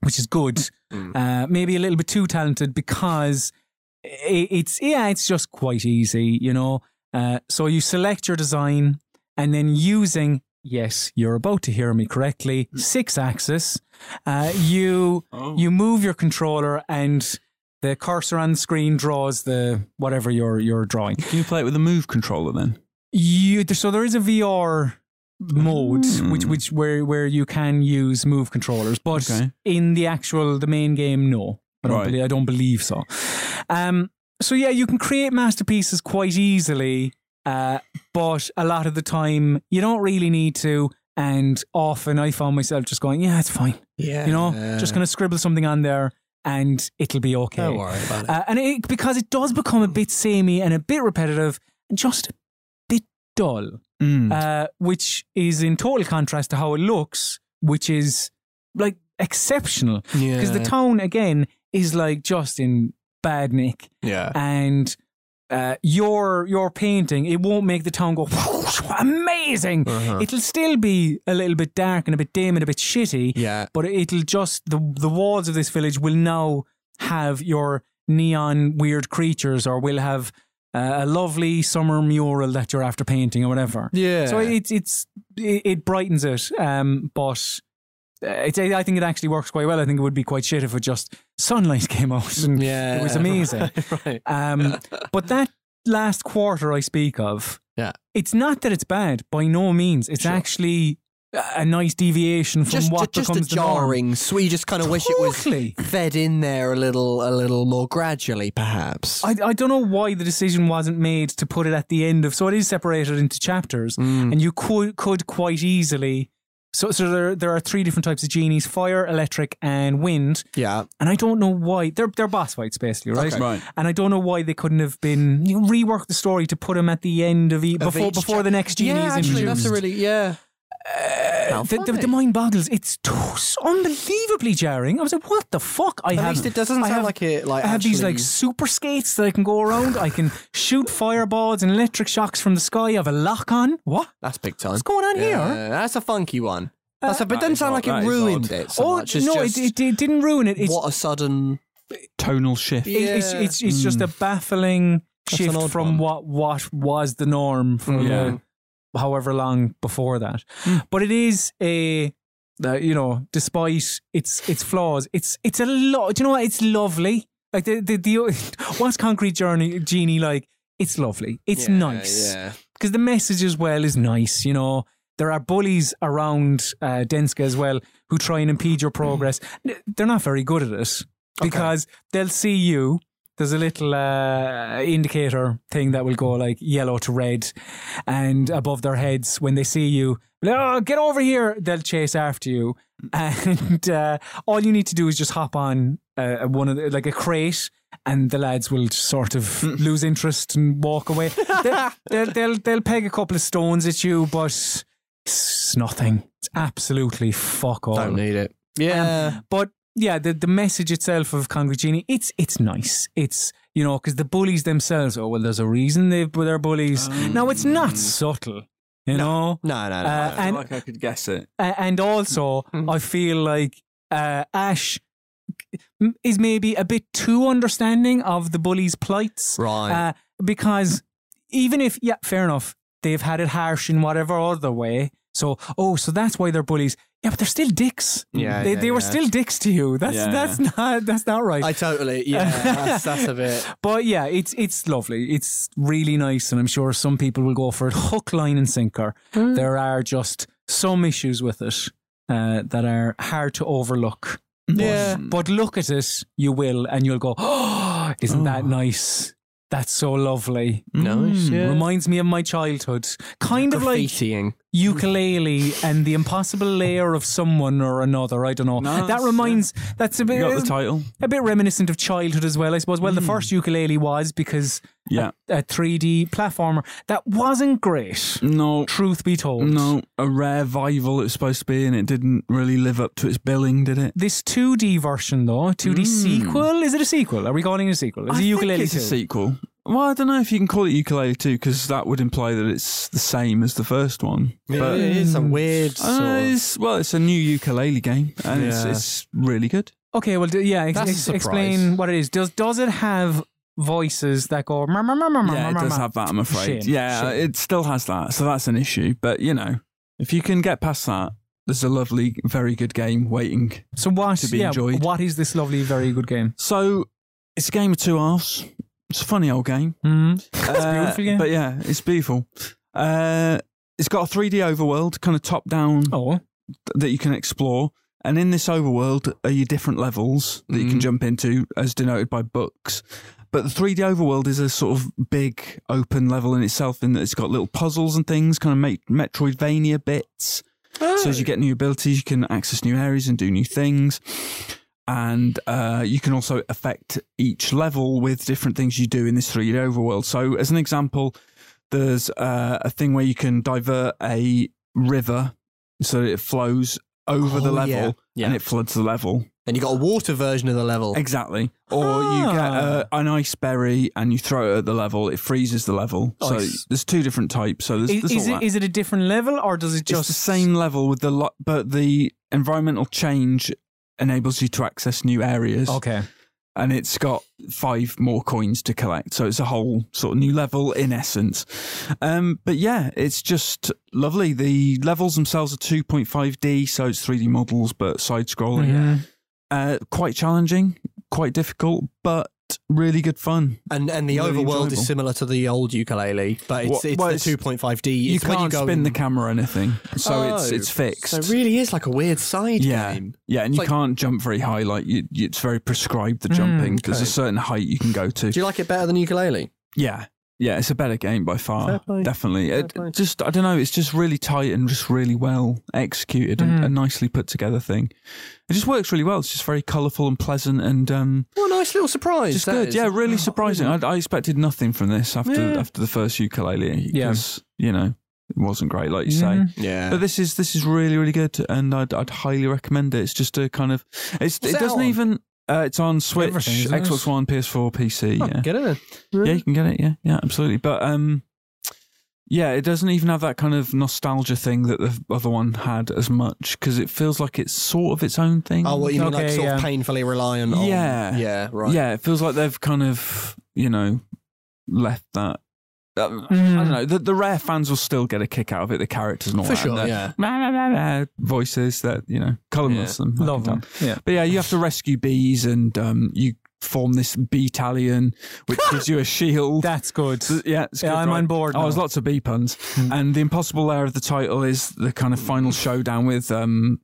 which is good. Uh, maybe a little bit too talented because i it's yeah, it's just quite easy, you know. Uh, so you select your design and then using. Yes, you're about to hear me correctly. Six axis. Uh, you you move your controller and the cursor on the screen draws the whatever you're you're drawing.
Can you play it with a move controller then?
You so there is a VR mode
Hmm.
which which where where you can use move controllers, but
Okay.
in the actual the main game, no, I don't,
Right.
believe, I don't believe so. Um, so yeah, you can create masterpieces quite easily, uh, but a lot of the time you don't really need to. And often I found myself just going, yeah, it's fine.
yeah.
You know, just
Uh.
going to scribble something on there and it'll be okay.
Don't worry about it.
Uh, and it, because it does become a bit samey and a bit repetitive and just a bit dull,
Mm.
uh, which is in total contrast to how it looks, which is like exceptional. Because the town, again, is like just in bad nick.
yeah.
And uh, your, your painting, it won't make the town go, "Whoosh, amazing.
Uh-huh.
It'll still be a little bit dark and a bit dim and a bit shitty
Yeah.
but it'll just the the walls of this village will now have your neon weird creatures or will have uh, a lovely summer mural that you're after painting or whatever.
Yeah.
So it's it's it, it brightens it, um, but. uh, It's, I think it actually works quite well. I think it would be quite shit if it just sunlight came out and
yeah.
it was amazing.
right.
Um, but that last quarter I speak of,
Yeah.
it's not that it's bad by no means. It's
Sure.
actually a a nice deviation from
Just,
what
just, just a
becomes the norm.
jarring. Sweet. You just kind of wish it was
Totally.
fed in there a little, a little more gradually, perhaps.
I, I don't know why the decision wasn't made to put it at the end of so it is separated into chapters
Mm.
and you could could quite easily so so there there are three different types of genies fire electric and wind
yeah.
and I don't know why they're they're boss fights basically right
Okay.
Right.
and I don't know why they couldn't have been you know, reworked the story to put them at the end of, e-
Of
before
each
before
chap-
the next genie
yeah,
is
actually,
introduced
that's a really yeah. How
the, the,
funny.
the mind boggles it's too, so unbelievably jarring I was like what the fuck I
At
have
least it doesn't
I
sound
have-
like it. Like
I have these like
actually-
super skates that I can go around. I can shoot fireballs and electric shocks from the sky. I have a lock on. What?
That's big time.
What's going on here? Uh,
Yeah, that's a funky one. That's a, but
That
it doesn't
is
sound
odd,
like
that
it
is
ruined
odd.
it so
Oh
much. It's
no!
just,
it, it, it didn't ruin it. It's
what a sudden.
Tonal shift.
it- it's,
Yeah.
it's it's just a baffling
Hmm. That's an
shift
odd
from
one. Hmm.
what what was the norm from
Yeah.
uh, however long before that. But it is a uh, you know, despite its its flaws, it's it's a lot. Do you know what? It's lovely. Like the the, the what's Concrete Journey Genie like? It's lovely. It's nice.
Yeah.
because the message as well is nice. You know, there are bullies around uh, Denska as well who try and impede your progress. N- They're not very good at it because they'll see you. there's a little uh, indicator thing that will go like yellow to red, and above their heads when they see you, oh, get over here! They'll chase after you, and uh, all you need to do is just hop on uh, one of the, like a crate. And the lads will just sort of lose interest and walk away. they'll, they'll, they'll, they'll peg a couple of stones at you, but it's nothing. It's absolutely fuck all.
Don't need it. Yeah.
But yeah, the, the message itself of Congo Genie, it's it's nice. It's you know because the bullies themselves. Oh well, there's a reason they they're bullies. no, it's not subtle. You know,
no, no, no.
Uh,
I feel
and
like I could guess it.
uh, and also I feel like uh, Ash is maybe a bit too understanding of the bullies' plights,
Right.
Uh, because even if yeah, fair enough, they've had it harsh in whatever other way. So oh, so that's why they're bullies. Yeah, but they're still dicks.
Yeah,
they,
yeah,
they were
yeah.
still dicks to you. That's
Yeah.
that's not that's not right.
I totally. Yeah. that's, that's a bit.
But yeah, it's it's lovely. It's really nice, and I'm sure some people will go for it hook, line, and sinker. There are just some issues with it uh, that are hard to overlook.
Yeah.
But look at it, you will, and you'll go, "Oh, isn't that nice? That's so lovely."
Mm.
Mm.
Nice. Yeah.
Reminds me of my childhood, kind of like
Graffitiing.
ukulele and the impossible layer of someone or another. I don't know.
Nice,
that
yeah.
reminds. That's a bit
You got the title?
a bit reminiscent of childhood as well, I suppose. Well, the first ukulele was because
Yeah.
a 3D platformer that wasn't great.
No.
Truth be told,
No, a rare Vival it was supposed to be, and it didn't really live up to its billing, did it?
This 2D version though, 2D sequel. Is it a sequel? Are we calling it a sequel? Is
Mm. I
it ukulele
think it's a
two?
sequel. Well, I don't know if you can call it ukulele two because that would imply that it's the same as the first one.
But
But
it is
Mm.
a weird
I don't
sort
know,
of.
Uh, it's, well, it's a new ukulele game, and it's,
Yeah.
it's really good.
Okay, well, d- yeah. Ex-
That's a
ex-
surprise.
explain what it is. Does does it have voices that go? "Mur, mur, mur, mur, mur,
Yeah, it
mur,
does
mur"?
have that. I'm afraid.
Shame,
Yeah,
shame.
it still has that, so that's an issue. But you know, if you can get past that, there's a lovely, very good game waiting.
So what?
to be
yeah,
enjoyed.
what is this lovely, very good game?
So it's a game of two halves. It's a funny old game.
hmm
It's
a beautiful game.
But yeah, it's beautiful. Uh, it's got a 3D overworld, kind of top down
Oh,
that you can explore. And in this overworld are your different levels that you can jump into, as denoted by books. But the 3D overworld is a sort of big open level in itself, in that it's got little puzzles and things, kind of make Metroidvania bits.
Uh,
So as you get new abilities, you can access new areas and do new things. And uh, you can also affect each level with different things you do in this 3D overworld. So, as an example, there's uh, a thing where you can divert a river so that it flows
uh,
over the
Oh,
level
yeah. Yeah. Oh.
and it floods the level.
And you got a water version of the level.
Exactly. Or you get uh,
Ah.
an ice berry and you throw it at the level, it freezes the level. So
Nice.
there's two different types. So there's,
is,
there's
is
all
it
that.
is it a different level or does it
It's
just
the same level with the lo- but the environmental change enables you to access new areas
Okay.
and it's got five more coins to collect. So it's a whole sort of new level in essence. Um, but yeah, it's just lovely. The levels themselves are 2.5D, so it's 3D models, but side scrolling.
Mm-hmm.
Mhm.
Uh, quite challenging, quite difficult, but really good fun.
And and the
Really
overworld
enjoyable.
is similar to the old ukulele, but it's
What-
it's
well,
the
it's-
two point five D.
You
It's when
can't
you go
spin
in-
the camera or anything, so it's
Oh,
it's fixed.
So it really is like a weird side
yeah,
game.
yeah, and
It's
you
like-
can't jump very high. Like you, you- it's very prescribed the jumping. There's a certain height you can go to.
Do you like it better than ukulele?
Yeah. Yeah, it's a better game by far.
Fair play.
Definitely. It,
play.
just I don't know, it's just really tight and just really well executed and a nicely put together thing. It just works really well. It's just very colourful and pleasant and um
What a nice little surprise.
just
that
good.
is.
Yeah, really surprising. I, I expected nothing from this after
Yeah.
after the first ukulele.
Yeah.
Because, you know, it wasn't great, like you say.
Mhm.
Yeah.
But this is this is really really good, and I'd I'd highly recommend it. It's just a kind of it's, it
that
doesn't
on?
even uh, it's on Switch,
Everything, isn't it?
Xbox One, PS4, PC. yeah,
Oh, Get it then.
yeah, you can get it. Yeah, yeah, absolutely. But um, yeah, it doesn't even have that kind of nostalgia thing that the other one had as much because it feels like it's sort of its own thing.
Oh, what you mean like
Okay,
sort of
yeah.
painfully reliant on?
Yeah.
yeah, right.
yeah, it feels like they've kind of you know left that. Um,
Mm-hmm.
I
Hmm.
don't know. The, the rare fans will still get a kick out of it. The characters and all
for
that. and
sure.
the
Yeah,
rah, rah, rah, rah voices that you know, Colin
Yeah.
loves them. I
Love
can
them. Yeah.
But yeah, you have to rescue bees, and um, you form this beetalion, which gives you a shield.
That's good.
So, yeah, it's
Yeah,
good,
I'm
right?
on board
Oh,
now. Hmm.
there's lots of B puns, and the impossible layer of the title is the kind of final showdown with um,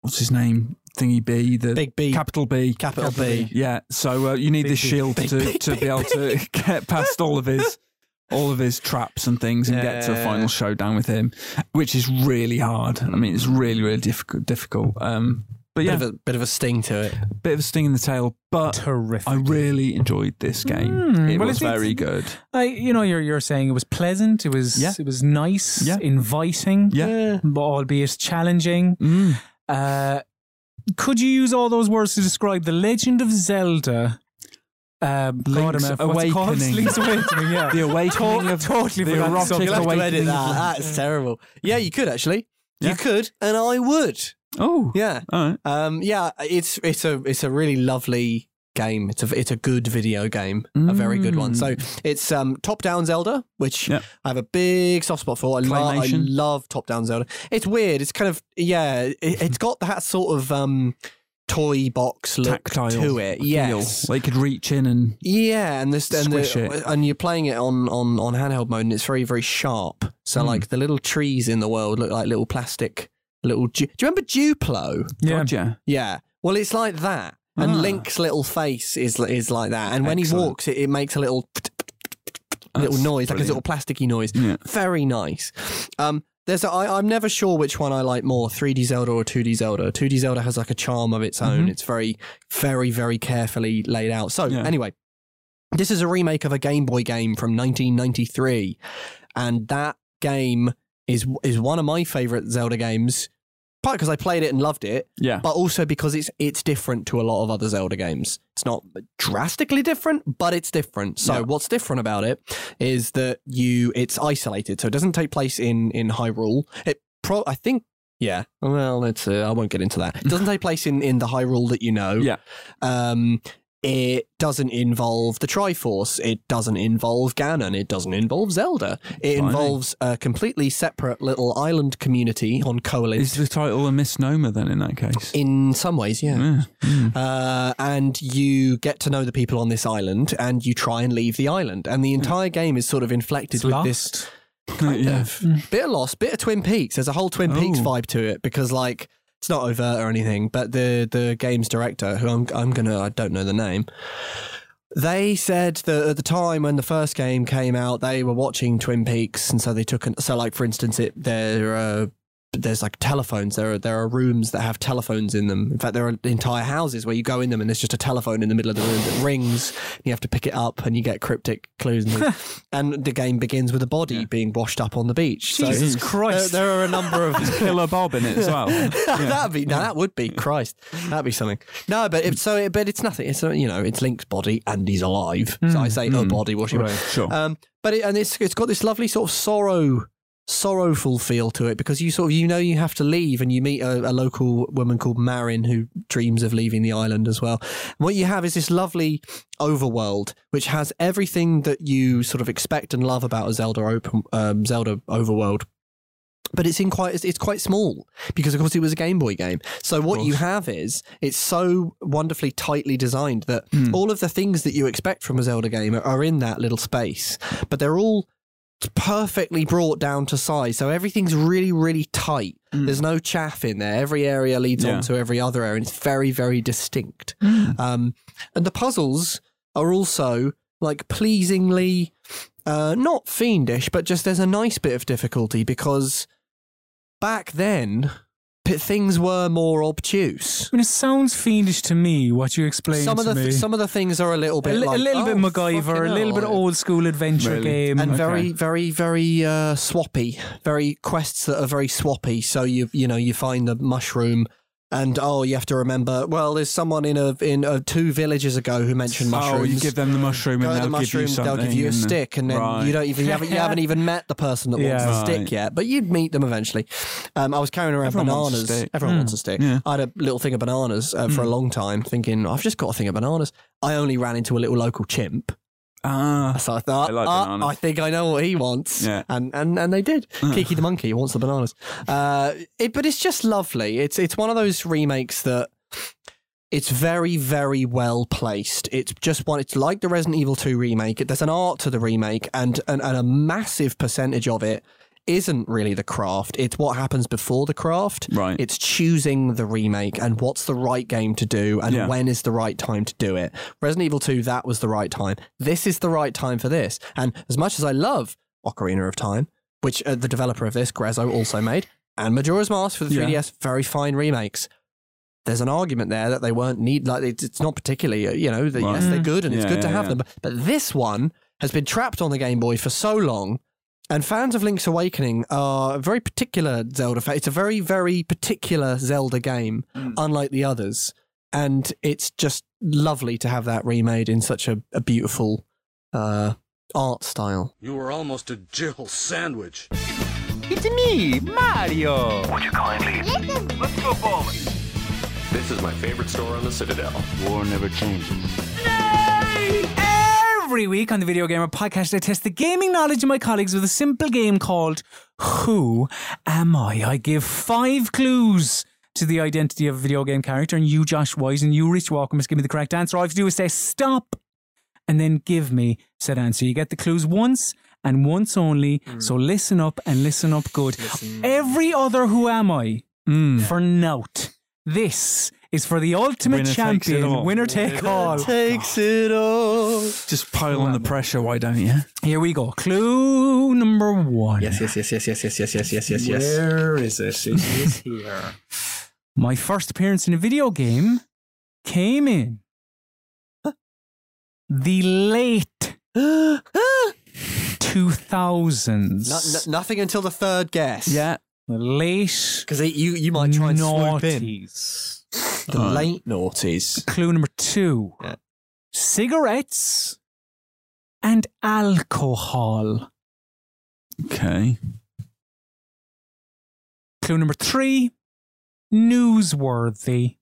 what's his name, thingy B, the
Big B.
capital B,
Capital B.
Yeah, so uh, you need this
B.
shield
Big
to,
B,
to be able to get past all of his all of his traps and things and get to a final showdown with him, which is really hard. I mean, it's really really difficult. Difficult. Um, but yeah,
Bit, of a, bit of a sting to it.
bit of a sting in the tail, but
Terrific.
I really enjoyed this game.
Hmm,
it
well,
was
it's- it's-
very good.
I, you know, you're you're saying it was pleasant. It was
Yeah.
it was nice,
Yeah.
inviting,
Yeah.
but albeit challenging.
Mm.
Uh, could you use all those words to describe the Legend of Zelda? Uh, God,
Link's
I'm out- what's it called?
Awakening.
Link's Awakening. Yeah.
The awakening
To-
of
totally
the
forgot the
erotic
subject.
You'll have to edit
awakening.
that. That's terrible.
Yeah, you could actually.
Yeah.
You could, and I would.
Oh,
Yeah.
all right.
Um, yeah, it's it's a it's a really lovely game. It's a it's a good video game, a very good one. So
Mm.
it's um, top down Zelda, which
Yep.
I have a big soft spot for. I, lo- I
Claymation.
love top down Zelda. It's weird. It's kind of yeah. It, it's got that sort of um, toy box look
Tactile
to it. Yes.
They could reach in and
Yeah, and this and,
Squish it.
the, and you're playing it on, on, on handheld mode, and it's very very sharp. So
Hmm.
like the little trees in the world look like little plastic little. Ju- Do you remember Duplo?
Yeah.
Gotcha.
Yeah. Well, it's like that, and
Ah.
Link's little face is is like that, and when
Excellent.
he walks, it, it makes a little little
That's
noise, like a
brilliant.
little plasticky noise.
Yeah.
Very nice. Um, there's a, I, I'm never sure which one I like more, 3D Zelda or 2D Zelda. 2D Zelda has like a charm of its own. It's very, very, very carefully laid out. So
Mm-hmm. Yeah.
anyway, this is a remake of a Game Boy game from 1993, and that game is is one of my favorite Zelda games. Partly because I played it and loved it,
Yeah.
but also because it's it's different to a lot of other Zelda games. It's not drastically different, but it's different. So
Yeah.
what's different about it is that you it's isolated, so it doesn't take place in in Hyrule. It pro I think yeah. Well, it's uh, I won't get into that. It doesn't take place in in the Hyrule that you know.
Yeah.
Um. It doesn't involve the Triforce. It doesn't involve Ganon. It doesn't involve Zelda. It
Blimey.
involves a completely separate little island community on Koholint.
Is the title a misnomer then in that case?
in some ways, yeah.
Yeah. Mm.
Uh, and you get to know the people on this island and you try and leave the island. And the entire game is sort of inflected
It's
with
lost.
this
yeah.
bit of Lost, bit of Twin Peaks. There's a whole Twin Peaks
Oh.
vibe to it because like it's not overt or anything, but the the game's director, who I'm I'm gonna I don't know the name. They said that at the time when the first game came out, they were watching Twin Peaks, and so they took an, so like for instance, it there uh, there's like telephones. There are there are rooms that have telephones in them. In fact, there are entire houses where you go in them, and there's just a telephone in the middle of the room that rings. And you have to pick it up, and you get cryptic clues. And, things. and the game begins with a body being washed up on the beach. So-
Jesus
Jeez.
Christ.
there, there are a number of.
Killer Bob in it as well.
That'd be no, that would be Christ. That'd be something. No, but if so, it, but it's nothing. It's uh, you know, it's Link's body and he's alive. So I say a body, what you
Sure.
um, but it, and it's it's got this lovely sort of sorrow, sorrowful feel to it because you sort of you know you have to leave and you meet a, a local woman called Marin who dreams of leaving the island as well. And what you have is this lovely overworld which has everything that you sort of expect and love about a Zelda open um, Zelda overworld. But it's in quite it's- it's quite small because of course it was a Game Boy game. So what you
course.
have is it's so wonderfully tightly designed that
Mm.
all of the things that you expect from a Zelda game are, are in that little space, but they're all perfectly brought down to size. So everything's really really tight. There's no chaff in there. Every area leads
Hmm. Yeah. Hmm.
on to every other area. And it's very very distinct. Um, and the puzzles are also like pleasingly uh, not fiendish, but just there's a nice bit of difficulty because back then p- things were more obtuse.
I mean, it sounds fiendish to me what you explained
Some of
to
the
me.
th- some of the things are a little
a,
bit
li-
like,
a little bit
"Oh,
MacGyver,
fucking
a little bit
hell."
old school adventure
Really?
game.
and
Okay.
very very very uh, swappy very quests that are very swappy so you you know you find the mushroom and oh you have to remember well there's someone in a in uh two villages ago who mentioned mushrooms
Oh, you give them the mushroom
Go
and
to
they'll
the
give
mushroom,
you something.
they'll give you a
and-
stick, and then
Right.
you don't even you haven't, you haven't even met the person that
Yeah.
wants the
Right.
stick yet. But you'd meet them eventually. Um, I was carrying around
Everyone wants a
bananas.
stick. Hmm.
Everyone wants a stick.
Yeah. Hmm.
I had a little thing of bananas uh, for a long time, thinking I've just got a thing of bananas. I only ran into a little local chimp.
Ah,
So I thought,
I like
"Ah,
bananas."
I think I know what he wants.
Yeah. Ah.
And, and and they did. Kiki the monkey wants the bananas. Uh, it, but it's just lovely. It's it's one of those remakes that it's very very well placed. It's just one. It's like the Resident Evil Two remake. There's an art to the remake, and and, and a massive percentage of it isn't really the craft. It's what happens before the craft.
Right.
It's choosing the remake and what's the right game to do and
Yeah.
when is the right time to do it. Resident Evil 2, that was the right time. This is the right time for this. And as much as I love Ocarina of Time, which uh, the developer of this, Grezzo, also made, and Majora's Mask for the
Yeah.
3DS, very fine remakes. There's an argument there that they weren't need like it's it's not particularly uh, you know that
Right.
yes they're good and it's
Yeah,
good to
yeah,
have
yeah.
them, but, but this one has been trapped on the Game Boy for so long. And fans of Link's Awakening are a very particular Zelda fan. It's a very, very particular Zelda game,
Mm.
unlike the others. And it's just lovely to have that remade in such a, a beautiful uh, art style.
You were almost a Jill sandwich.
It's me, Mario.
This is my favorite store on the Citadel.
Every week on the Video Gamer Podcast, I test the gaming knowledge of my colleagues with a simple game called Who Am I? I give five clues to the identity of a video game character, and you, Josh Wise, and you, Rich Walker, must give me the correct answer. All I have to do is say stop and then give me said answer. You get the clues once and once only, so listen up and Mm. listen up good. Every other Who Am I Mm. for nout. This is for the ultimate
Winner takes it
champion,
all.
winner take all.
Takes it all.
Just pile on the pressure, why don't you?
Here we go. Clue number one.
Yes, yes, yes, yes, yes, yes, yes, yes, yes, yes, yes.
Where is it? It is here. My first appearance in a video game came in the late 2000s.
No- no- nothing until the third guess.
Yeah.
The late
Because you, you might try and swoop in.
90s.
Oh.
The late noughties.
Clue number two
Yeah.
cigarettes and alcohol.
Okay.
Clue number three newsworthy.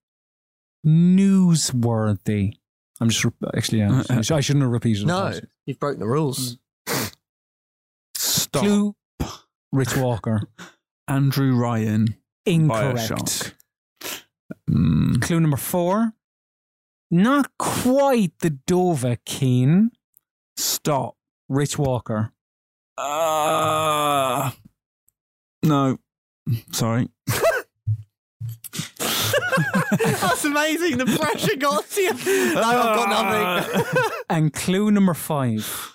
Newsworthy. I'm just re- actually, yeah,
Uh,
I sh- I shouldn't have repeated
No,
that.
you've broken the
Mm.
rules.
Stop.
Clue Rich Walker.
Andrew Ryan.
Incorrect.
Bioshock. Mm.
Clue number four not quite the Dova Keen.
Stop.
Rich Walker.
Uh, no. Sorry.
That's amazing. The pressure got to you. No, I've
Ah.
got nothing.
And clue number five.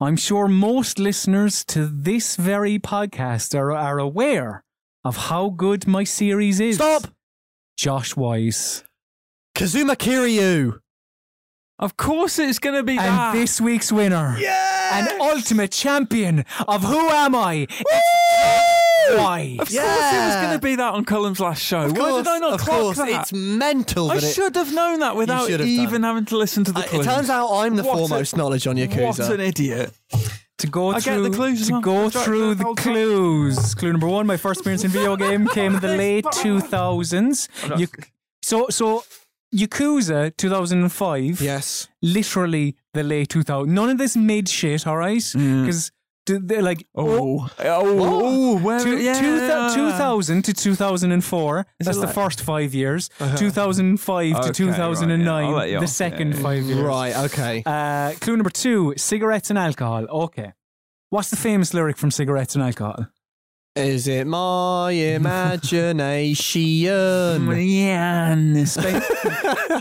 I'm sure most listeners to this very podcast are, are aware of how good my series is.
Stop.
Josh Wise.
Kazuma Kiryu.
Of course it's going to be
And
that.
this week's winner, an ultimate champion of Who Am I? It's Wise.
of course it was
Yeah.
going to be that on Column's last show.
Of
Why
course,
did I not
of
clock
course.
that?
It's mental.
I
that it-
should have known that without
should have
even
done.
having to listen to the
Uh,
clues.
it turns out I'm the
What a-
foremost knowledge on Yakuza.
What an idiot.
To go
I get
through
the clues as
to
well.
go
That's right,
through
the
the
whole time.
clues. Clue number one: My first appearance in video game came in the late two thousands. So so Yakuza two thousand and five.
yes.
literally the late 2000. None of this mid shit, all right? Because they're like, Mm. oh,
Oh. Oh. oh, where,
two-
yeah.
two thou- 2000 to 2004, that's
it
the
like- Uh-huh.
first five years. 2005
Okay,
to
right,
2009,
yeah, I'll let you
the
off,
second
yeah.
five years.
Right. Okay.
Uh, clue number two cigarettes and alcohol. Okay. What's the famous lyric from Cigarettes and Alcohol?
Is it my imagination?
Yeah, and this-
Spend,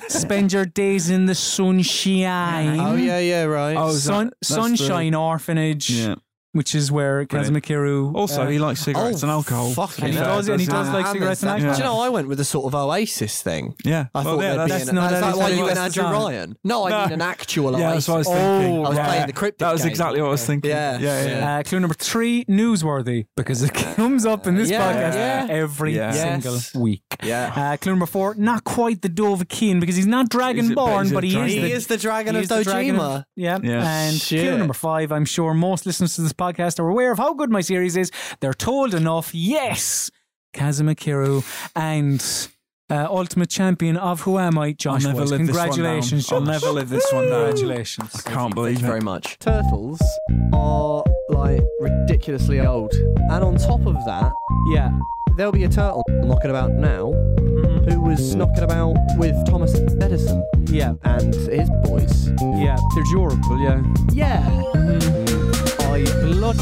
spend your days in the sunshine.
oh yeah, yeah. Right.
Oh, is that-
Sun,
that's the-
sunshine Orphanage,
Yeah.
which is where Kazuma Kiru.
Also,
uh,
he likes cigarettes and alcohol.
Oh, Fucking
And he
hell.
does- and he does like
Hammers
cigarettes and
that.
alcohol.
Do you know, I went with a sort of Oasis thing.
Yeah.
I
Well,
thought
yeah,
there'd be
that's-
an,
no,
that's
that
like
is
why
the
you went
Oasis
Andrew
song.
Ryan. No, I
No.
mean an actual Oasis.
Yeah, that's what I was thinking.
I was
Yeah.
playing the cryptic
That was
game.
exactly what I was thinking.
Yeah.
yeah, yeah.
Uh, clue number three, newsworthy, because it comes up in this
Yeah,
podcast
yeah.
every
Yeah.
single
Yes.
week.
Yeah.
Uh, clue number four, not quite the Dove Keen because he's not
He's a- but he's
Dragonborn,
a
but he is
dragon.
the.
He is the Dragon
he
of
is the dragon
Dojima.
of- yeah.
Yeah.
And clue
Shit.
number five, I'm sure most listeners to this podcast are aware of how good my series is. They're told enough. Yes, Kazuma Kiru and uh, ultimate champion of Who Am I, Josh
I'll never
Wise.
live this one down.
Congratulations,
I'll
Josh.
never live this one down.
Congratulations.
I can't believe it.
very much. Turtles are like ridiculously old. And on top of that,
Yeah.
there'll be a turtle knocking about now
Mm-hmm.
who was knocking about with Thomas Edison
Yeah.
and his boys.
Yeah. They're durable. Yeah.
Yeah. I
I bloody loved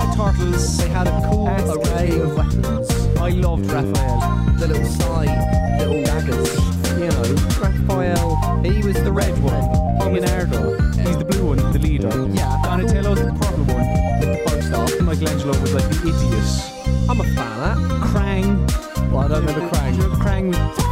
the turtles.
They had a cool
That's
array of weapons.
I loved Raphael.
The little side, little daggers. You know, Raphael, he was the red one. He was
Leonardo, he's the blue one, the leader.
Yeah.
Donatello's the purple one.
the five star.
Michelangelo was like the idiot.
I'm a fan of that.
Krang.
Well, I don't remember
Do you
Krang.
know Krang was
Krang.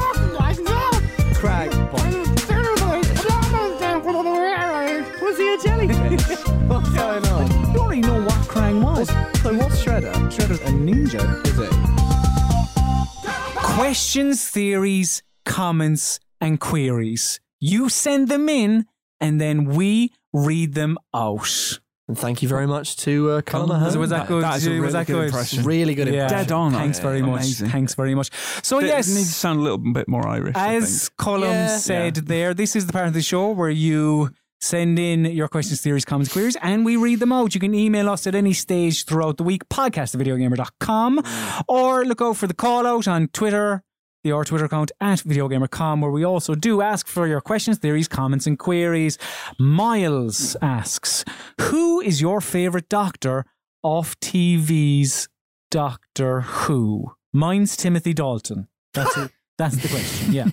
Was he a jellyfish? What's going on?
You already know what Krang was.
So what's Shredder?
Shredder's a ninja.
Is it?
Questions, theories, comments, and queries. You send them in, and then we read them out.
And thank you very much to uh, Colin Mahone.
was that good?
That is a
Was
really
that
good
good?
impression.
really good
Yeah.
impression.
Dead on.
Thanks very much.
Amazing.
Thanks very much. So
It
yes,
needs to sound a little bit more Irish. I
As Colum
Yeah.
said there, this is the part of the show where you send in your questions, theories, comments, queries, and we read them out. You can email us at any stage throughout the week, podcast at videogamer.com, or look out for the call out on Twitter. The our Twitter account at videogamer.com, where we also do ask for your questions, theories, comments, and queries. Miles asks, "Who is your favorite doctor off TV's Doctor Who?" Mine's Timothy Dalton. That's it. That's the question. Yeah.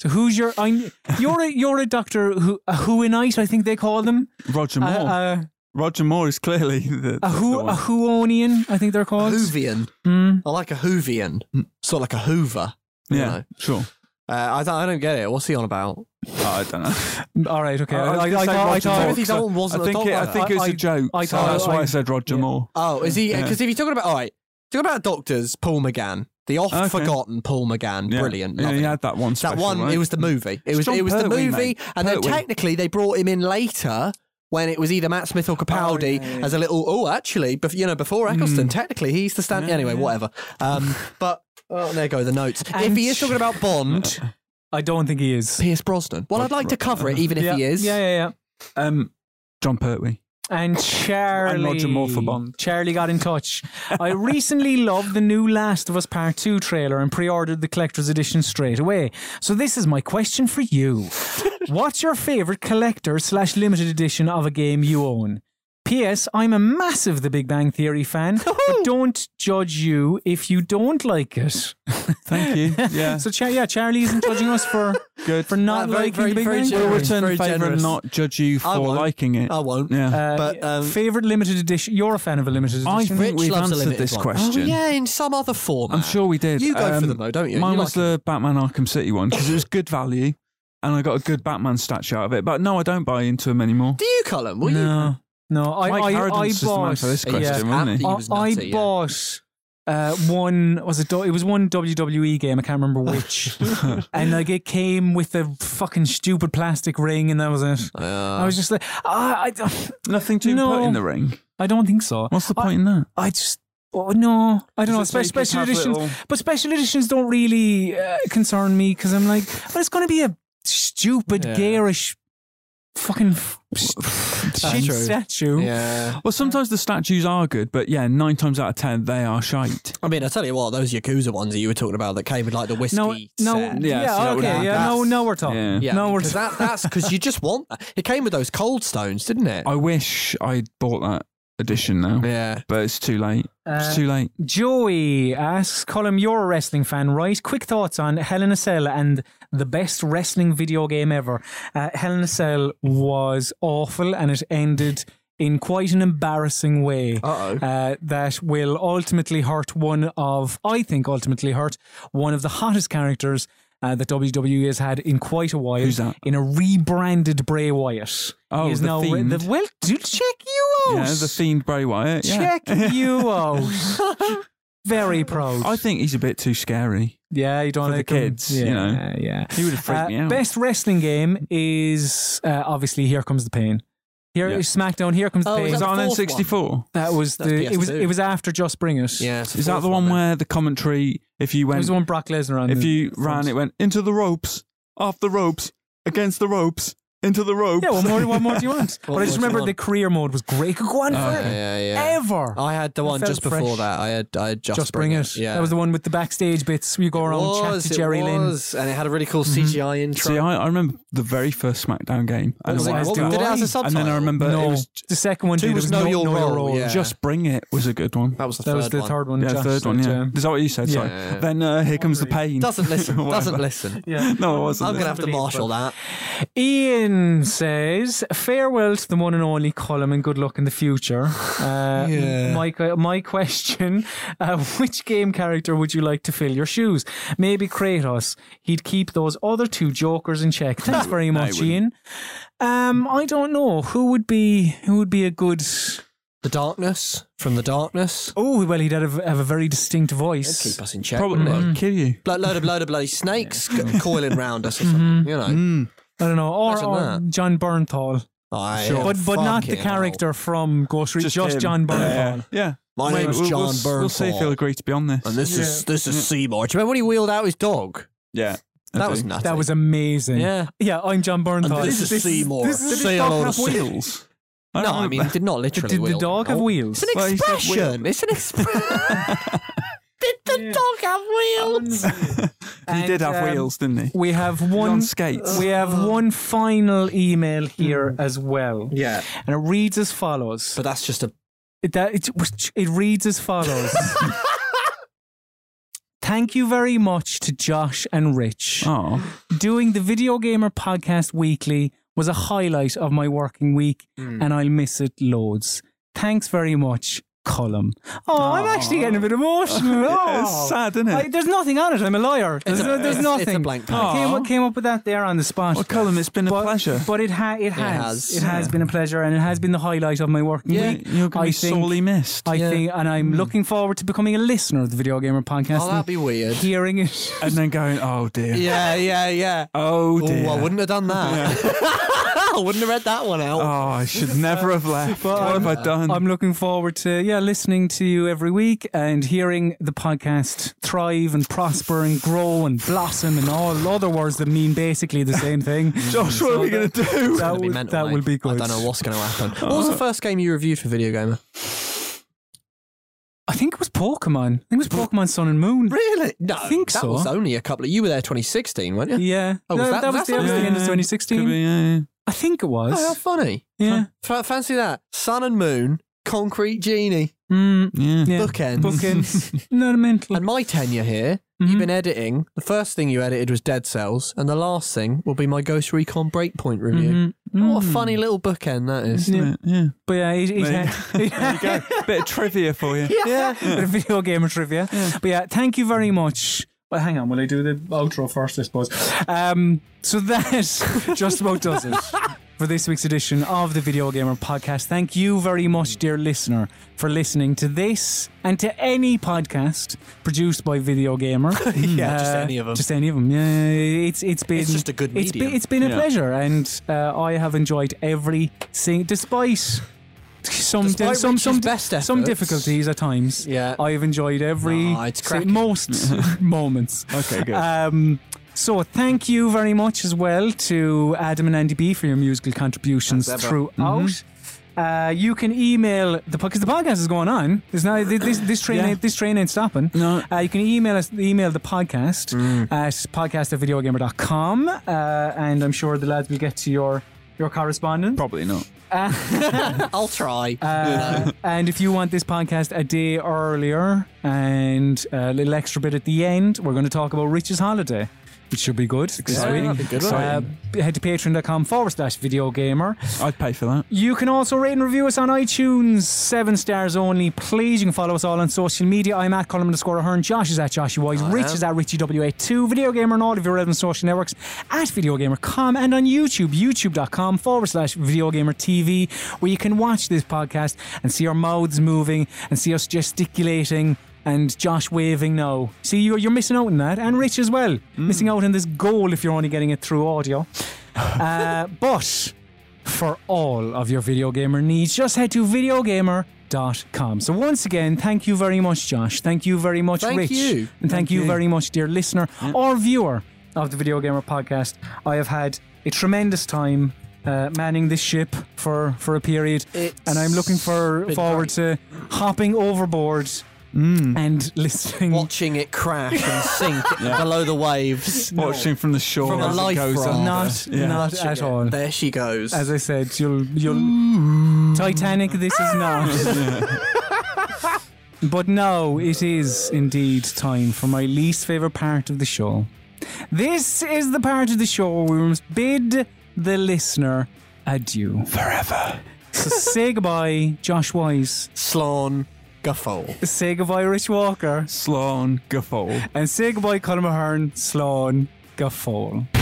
So who's your? I, you're a you're a doctor who a whoinite, I think they call them.
think. Roger
A,
Moore.
a,
Roger Moore is clearly the,
a
the
who
one.
a whoonian, I think they're
A
called.
Hoovian.
Hmm.
I like a Hoovian. Sort of like a Hoover. you
yeah,
know.
sure.
Uh, I, don't- I don't get it. What's he on about?
Oh, I don't know. Uh,
All right. Okay.
I was
I, I,
gonna
I,
say
thought- I
Roger Moore,
thought.
Timothy
so
Dalton wasn't
I
a
think
doctor.
it, I think it was
I-
a joke.
I
so
thought-
that's why I,
I-
said Roger
yeah.
Moore.
Oh, is he?
Yeah.
Because if you're talking about, all right, talking about doctors, Paul McGann, the oft
Okay.
forgotten Paul McGann,
Yeah.
brilliant.
Yeah,
love
he
it.
had that one. Special,
that one,
right?
it was the movie. It
It's
was
John
it was the
Pertwee,
movie,
mate.
and then
Pertwee.
technically they brought him in later when it was either Matt
Oh,
Smith or Capaldi as a little. Oh, actually, bef- you know, before
Hmm.
Eccleston, technically he's the stand. anyway, whatever. Um, but oh, there go the notes. if
And-
he is talking about Bond,
I don't think he is.
Pierce Brosnan. Well, I'd like to cover it, even if
yeah.
he is.
Yeah, yeah, yeah.
um, John Pertwee.
And Charlie.
Roger Moore for Bond.
Charlie got in touch. I recently loved the new Last of Us Part 2 trailer and pre ordered the collector's edition straight away. So, this is my question for you What's your favourite collector slash limited edition of a game you own? P.S. I'm a massive The Big Bang Theory fan, but don't judge you if you don't like it.
Thank you. Yeah,
So, Char- yeah, Charlie isn't judging us for
good.
for not
Uh, very-
liking
very-
The Big
very
Bang
We'll
Theory.
generous.
return the
Very
favour and
generous.
not judge you
I
for
won't.
liking it.
I won't.
yeah.
Uh,
But, um,
favorite limited edition. You're a fan of a limited
I
edition.
think
Rich
we've
loves a
answered
limited
this
one.
question.
Oh, yeah, in some other format.
I'm sure we did. Um,
Uh, You go for them though, don't you?
Mine
You
was
like
the Batman Arkham City one because it was good value, and I got a good Batman statue out of it. But no, I don't buy into them anymore.
Do you, Colin? Will you?
no,
No, I,
Mike
I,
Harridan's
I
just the man
bought.
for this
Yeah.
question, wasn't he?
He was
I, I
nutty, yeah.
bought uh, one. Was it? do- It was one WWE game. I can't remember which. and like it came with a fucking stupid plastic ring, and that was it. I was just like, ah, I, don't-
Nothing to
No.
put in the ring.
I don't think so.
What's the
I-
point in that?
I just. Oh, no, I don't know.
Does it
Spe-
make it
special
have
editions,
little-
but special editions don't really uh, concern me because I'm like, well, it's going to be a stupid, garish, fucking f- shit
true.
statue.
Yeah.
Well, sometimes the statues are good, but yeah, nine times out of ten, they are shite.
I mean, I tell you what, those Yakuza ones that you were talking about that came with like the whiskey.
No, no,
set.
Yeah,
yeah,
so that would
okay,
happen.
yeah, no,
That's-
no, we're talking.
Yeah.
Yeah,
No, we're
because that, that's because you just want that. It came with those cold stones, didn't it?
Oh,
I wish I'd bought that edition now,
yeah.
but it's too late.
Uh,
it's too late.
Joey asks, Colin, you're a wrestling fan, right? Quick thoughts on Hell in a Cell and the best wrestling video game ever. Uh, Hell in a Cell was awful and it ended in quite an embarrassing way.
Uh-oh.
Uh, that will ultimately hurt one of, I think, ultimately hurt one of the hottest characters uh, that WWE has had in quite a while.
Who's that?
In a rebranded Bray Wyatt.
Oh,
He is
the
now re-
Fiend.
well, dude, check you out.
Yeah, the themed Bray Wyatt. Yeah.
Check you out. Very proud.
I think he's a bit too scary.
yeah, you don't
for the
like him.
kids, you
Yeah,
know.
yeah.
He would have freaked
Uh,
me out.
Best wrestling game is uh, obviously Here Comes the Pain. Here
Yeah.
is SmackDown. Here Comes the
Oh,
Pain.
is
was
that
that on
the
N
fourth
sixty four?
that was
That's
the. It was.
PS2.
It was after Just Bring It.
Yeah. it's
Is that
fourth
the one
then.
where the commentary, if you
It was
went,
the one Brock Lesnar on.
if
the
you
front.
ran, it went into the ropes, off the ropes, against the ropes, into the rope.
Yeah, what more, what more do you want? but I
more do
just
you
remembered the
want?
career mode was great. Could go on for
yeah, yeah.
ever.
I had the
It
one
felt
just before
fresh.
that. I had I had just,
Just bring it.
Yeah,
That was the one with the backstage bits. You go around chat
Was,
to
it
Jerry Lynn. Mm-hmm.
was, and it had a really cool CGI intro.
See, I, I remember the very first SmackDown game. And,
was
I-
it
Otherwise,
called?
do
Did it have a
I?
and then I
subtitle?
remember
no,
it was
the second one.
Two
did. It
was Know Your Role, yeah.
Just Bring It was a good one.
that was the
That
third
was the
one.
third one.
yeah,
Josh uh,
third one.
said,
Yeah, is that what you said?
Yeah.
Sorry.
Yeah.
Then uh, here comes the pain.
Doesn't listen. doesn't
Whatever.
listen.
yeah.
No, it wasn't.
I'm gonna have to marshal
Unbelievable.
that.
Ian says, "Farewell to the one and only Colum, and good luck in the future." Uh, My que- my question: uh, Which game character would you like to fill your shoes? Maybe Kratos. He'd keep those other two jokers in check. Thanks very much, Ian. Um, I don't know who would be who would be a good.
The darkness from the darkness.
Oh well, he'd have, have a very distinct voice.
Keep us in check.
Probably
wouldn't it?
Mm-hmm.
kill you.
Like load of load of bloody snakes co- coiling round us or
Mm-hmm.
something. You know.
I don't know, or,
Imagine
or
that.
John Bernthal,
I
Sure.
am
but but not the
fucking hell.
character from Ghost Recon, just,
him.
John Bernthal.
Yeah. yeah.
My
Wait,
name's
we'll-
John
we'll, s- We'll see if
Bernthal.
he'll agree to be on this.
And this is this is Seymour. Do you remember when he wheeled out his dog?
yeah. I
That
do.
was nuts.
That was amazing.
Yeah.
Yeah, I'm John Bernthal.
And this is Seymour.
This is,
Say hello to
have
Seymour.
wheels.
No,
don't
I
know.
mean, he did not literally.
did the
wheel
dog
it
have
out.
wheels?
It's an
Well, he said
expression. It's an expression. did the dog have wheels?
Um,
he did have
And, um,
wheels, didn't he?
We have one uh,
on skates.
We have one final email here as well,
Yeah.
and it reads as follows.
Hmm. But that's just a.
It, that, it, it reads as follows. Thank you very much to Josh and Rich.
Oh,
Doing the Video Gamer podcast weekly was a highlight of my working week,
Hmm.
and I'll miss it loads. Thanks very much, Colum. Oh, I'm actually getting a bit emotional.
Yeah,
Oh.
it's sad, isn't it?
I- there's nothing on it. I'm a liar. There's, no- there's
it's-
nothing.
it's a blank page.
I came,
Aw.
came up with that there on the spot.
well, Colin, it's been a
But-
pleasure.
But it, ha- it has.
has.
It has
Yeah.
been a pleasure, and it has been the highlight of my working
Yeah,
week.
You're going
I
to be
think-
sorely missed. Hmm.
I
Yeah.
think, and I'm looking forward to becoming a listener of the Video Gamer Podcast.
Oh,
and
that'd be weird.
Hearing it.
and then going, oh dear.
Yeah, yeah, yeah.
Oh
Oh,
dear.
I wouldn't have done that. I wouldn't have read that one out.
Oh, I should never have left. what have I done?
I'm looking forward to yeah listening to you every week and hearing the podcast thrive and prosper and grow and blossom and all other words that mean basically the same thing.
Josh, what are we going to do?
That,
It'd be
would-
mental,
that
mate.
will be
I
good. Oh.
don't know what's going to happen. What was the first game you reviewed for Video Gamer?
I think it was Pokemon. I think it was Pokemon Sun and Moon.
Really? No,
I think
that
so.
was only a couple. Of, you were there 2016, weren't you?
Yeah.
Oh, was
No,
that-
was
that's
the, that
what
was
it was?
the end of
Yeah, Could
2016.
be, yeah,
I think it was.
Oh, how funny!
yeah.
F- fancy that. Sun and moon, concrete genie,
Mm,
yeah.
yeah.
bookends.
Bookends. Not a mental.
And my tenure here, you've been editing. The first thing you edited was Dead Cells, and the last thing will be my Ghost Recon Breakpoint review. What a funny little bookend that is.
Yeah.
yeah.
But yeah, he's, he's
There
had-
There you go. Bit of trivia for you.
yeah. Bit of video gamer trivia. But yeah, thank you very much. Well, hang on, will I do the outro first, I suppose? Um, so that just about does it for this week's edition of the Video Gamer Podcast. Thank you very much, dear listener, for listening to this and to any podcast produced by Video Gamer.
Yeah, just any of 'em.
Mm. Uh, Just any of them. Yeah, it's it's been
It's just a good
it's been-
medium.
it's been a
Yeah.
pleasure, and uh, I have enjoyed every sing, despite some
Despite
some some
Richard's best
some
efforts.
difficulties at times.
Yeah.
I've enjoyed every
No, it's
say,
cracking.
most moments.
Okay, good.
Um, so thank you very much as well to Adam and Andy B for your musical contributions
As ever. Mm-hmm.
throughout. Uh, you can email the because the podcast is going on. There's not this this train ain't, this train ain't stopping.
No.
Uh, you can email us email the podcast
Mm.
at podcast at videogamer.com. Uh, and I'm sure the lads will get to your your correspondence.
Probably not.
I'll try.
Uh, and if you want this podcast a day earlier and a little extra bit at the end, we're going to talk about Rich's holiday, which should be good.
Exciting. Yeah,
This week.
that'd be good,
Uh, head to patreon.com forward slash video gamer.
I'd pay for that.
You can also rate and review us on iTunes, seven stars only, please. You can follow us all on social media. I'm at Colin underscore Ahern, Josh is at Joshy Wise, Rich is at Richie WA2, Video Gamer on all of your relevant social networks at VideoGamer.com and on YouTube, youtube.com forward slash VideoGamer TV, where you can watch this podcast and see our mouths moving and see us gesticulating. And Josh waving now. See, you're, you're missing out on that, and Rich as well. Missing out on this goal if you're only getting it through audio. Uh, but for all of your video gamer needs, just head to videogamer.com. So once again, thank you very much, Josh. Thank you very much,
Thank
Rich.
you.
And thank, you, very much, dear listener or viewer of the Video Gamer Podcast. I have had a tremendous time uh, manning this ship for, for a period. and I'm looking for
been
forward to hopping overboard mm, and listening.
watching it crash and sink below the waves.
Watching from the shore
From a
as it
life
goes
raft.
on.
Not, not
Watching
at
it.
all.
There she goes.
As I said, you'll you'll Titanic. This is not. but no, it is indeed time for my least favorite part of the show. This is the part of the show where we must bid the listener adieu forever. So say goodbye, Josh Wise.
Slawn Guffall.
Say goodbye, Rich Walker,
Sloan Guffall.
and say goodbye, Colin Mahern, Sloan, Gaffall.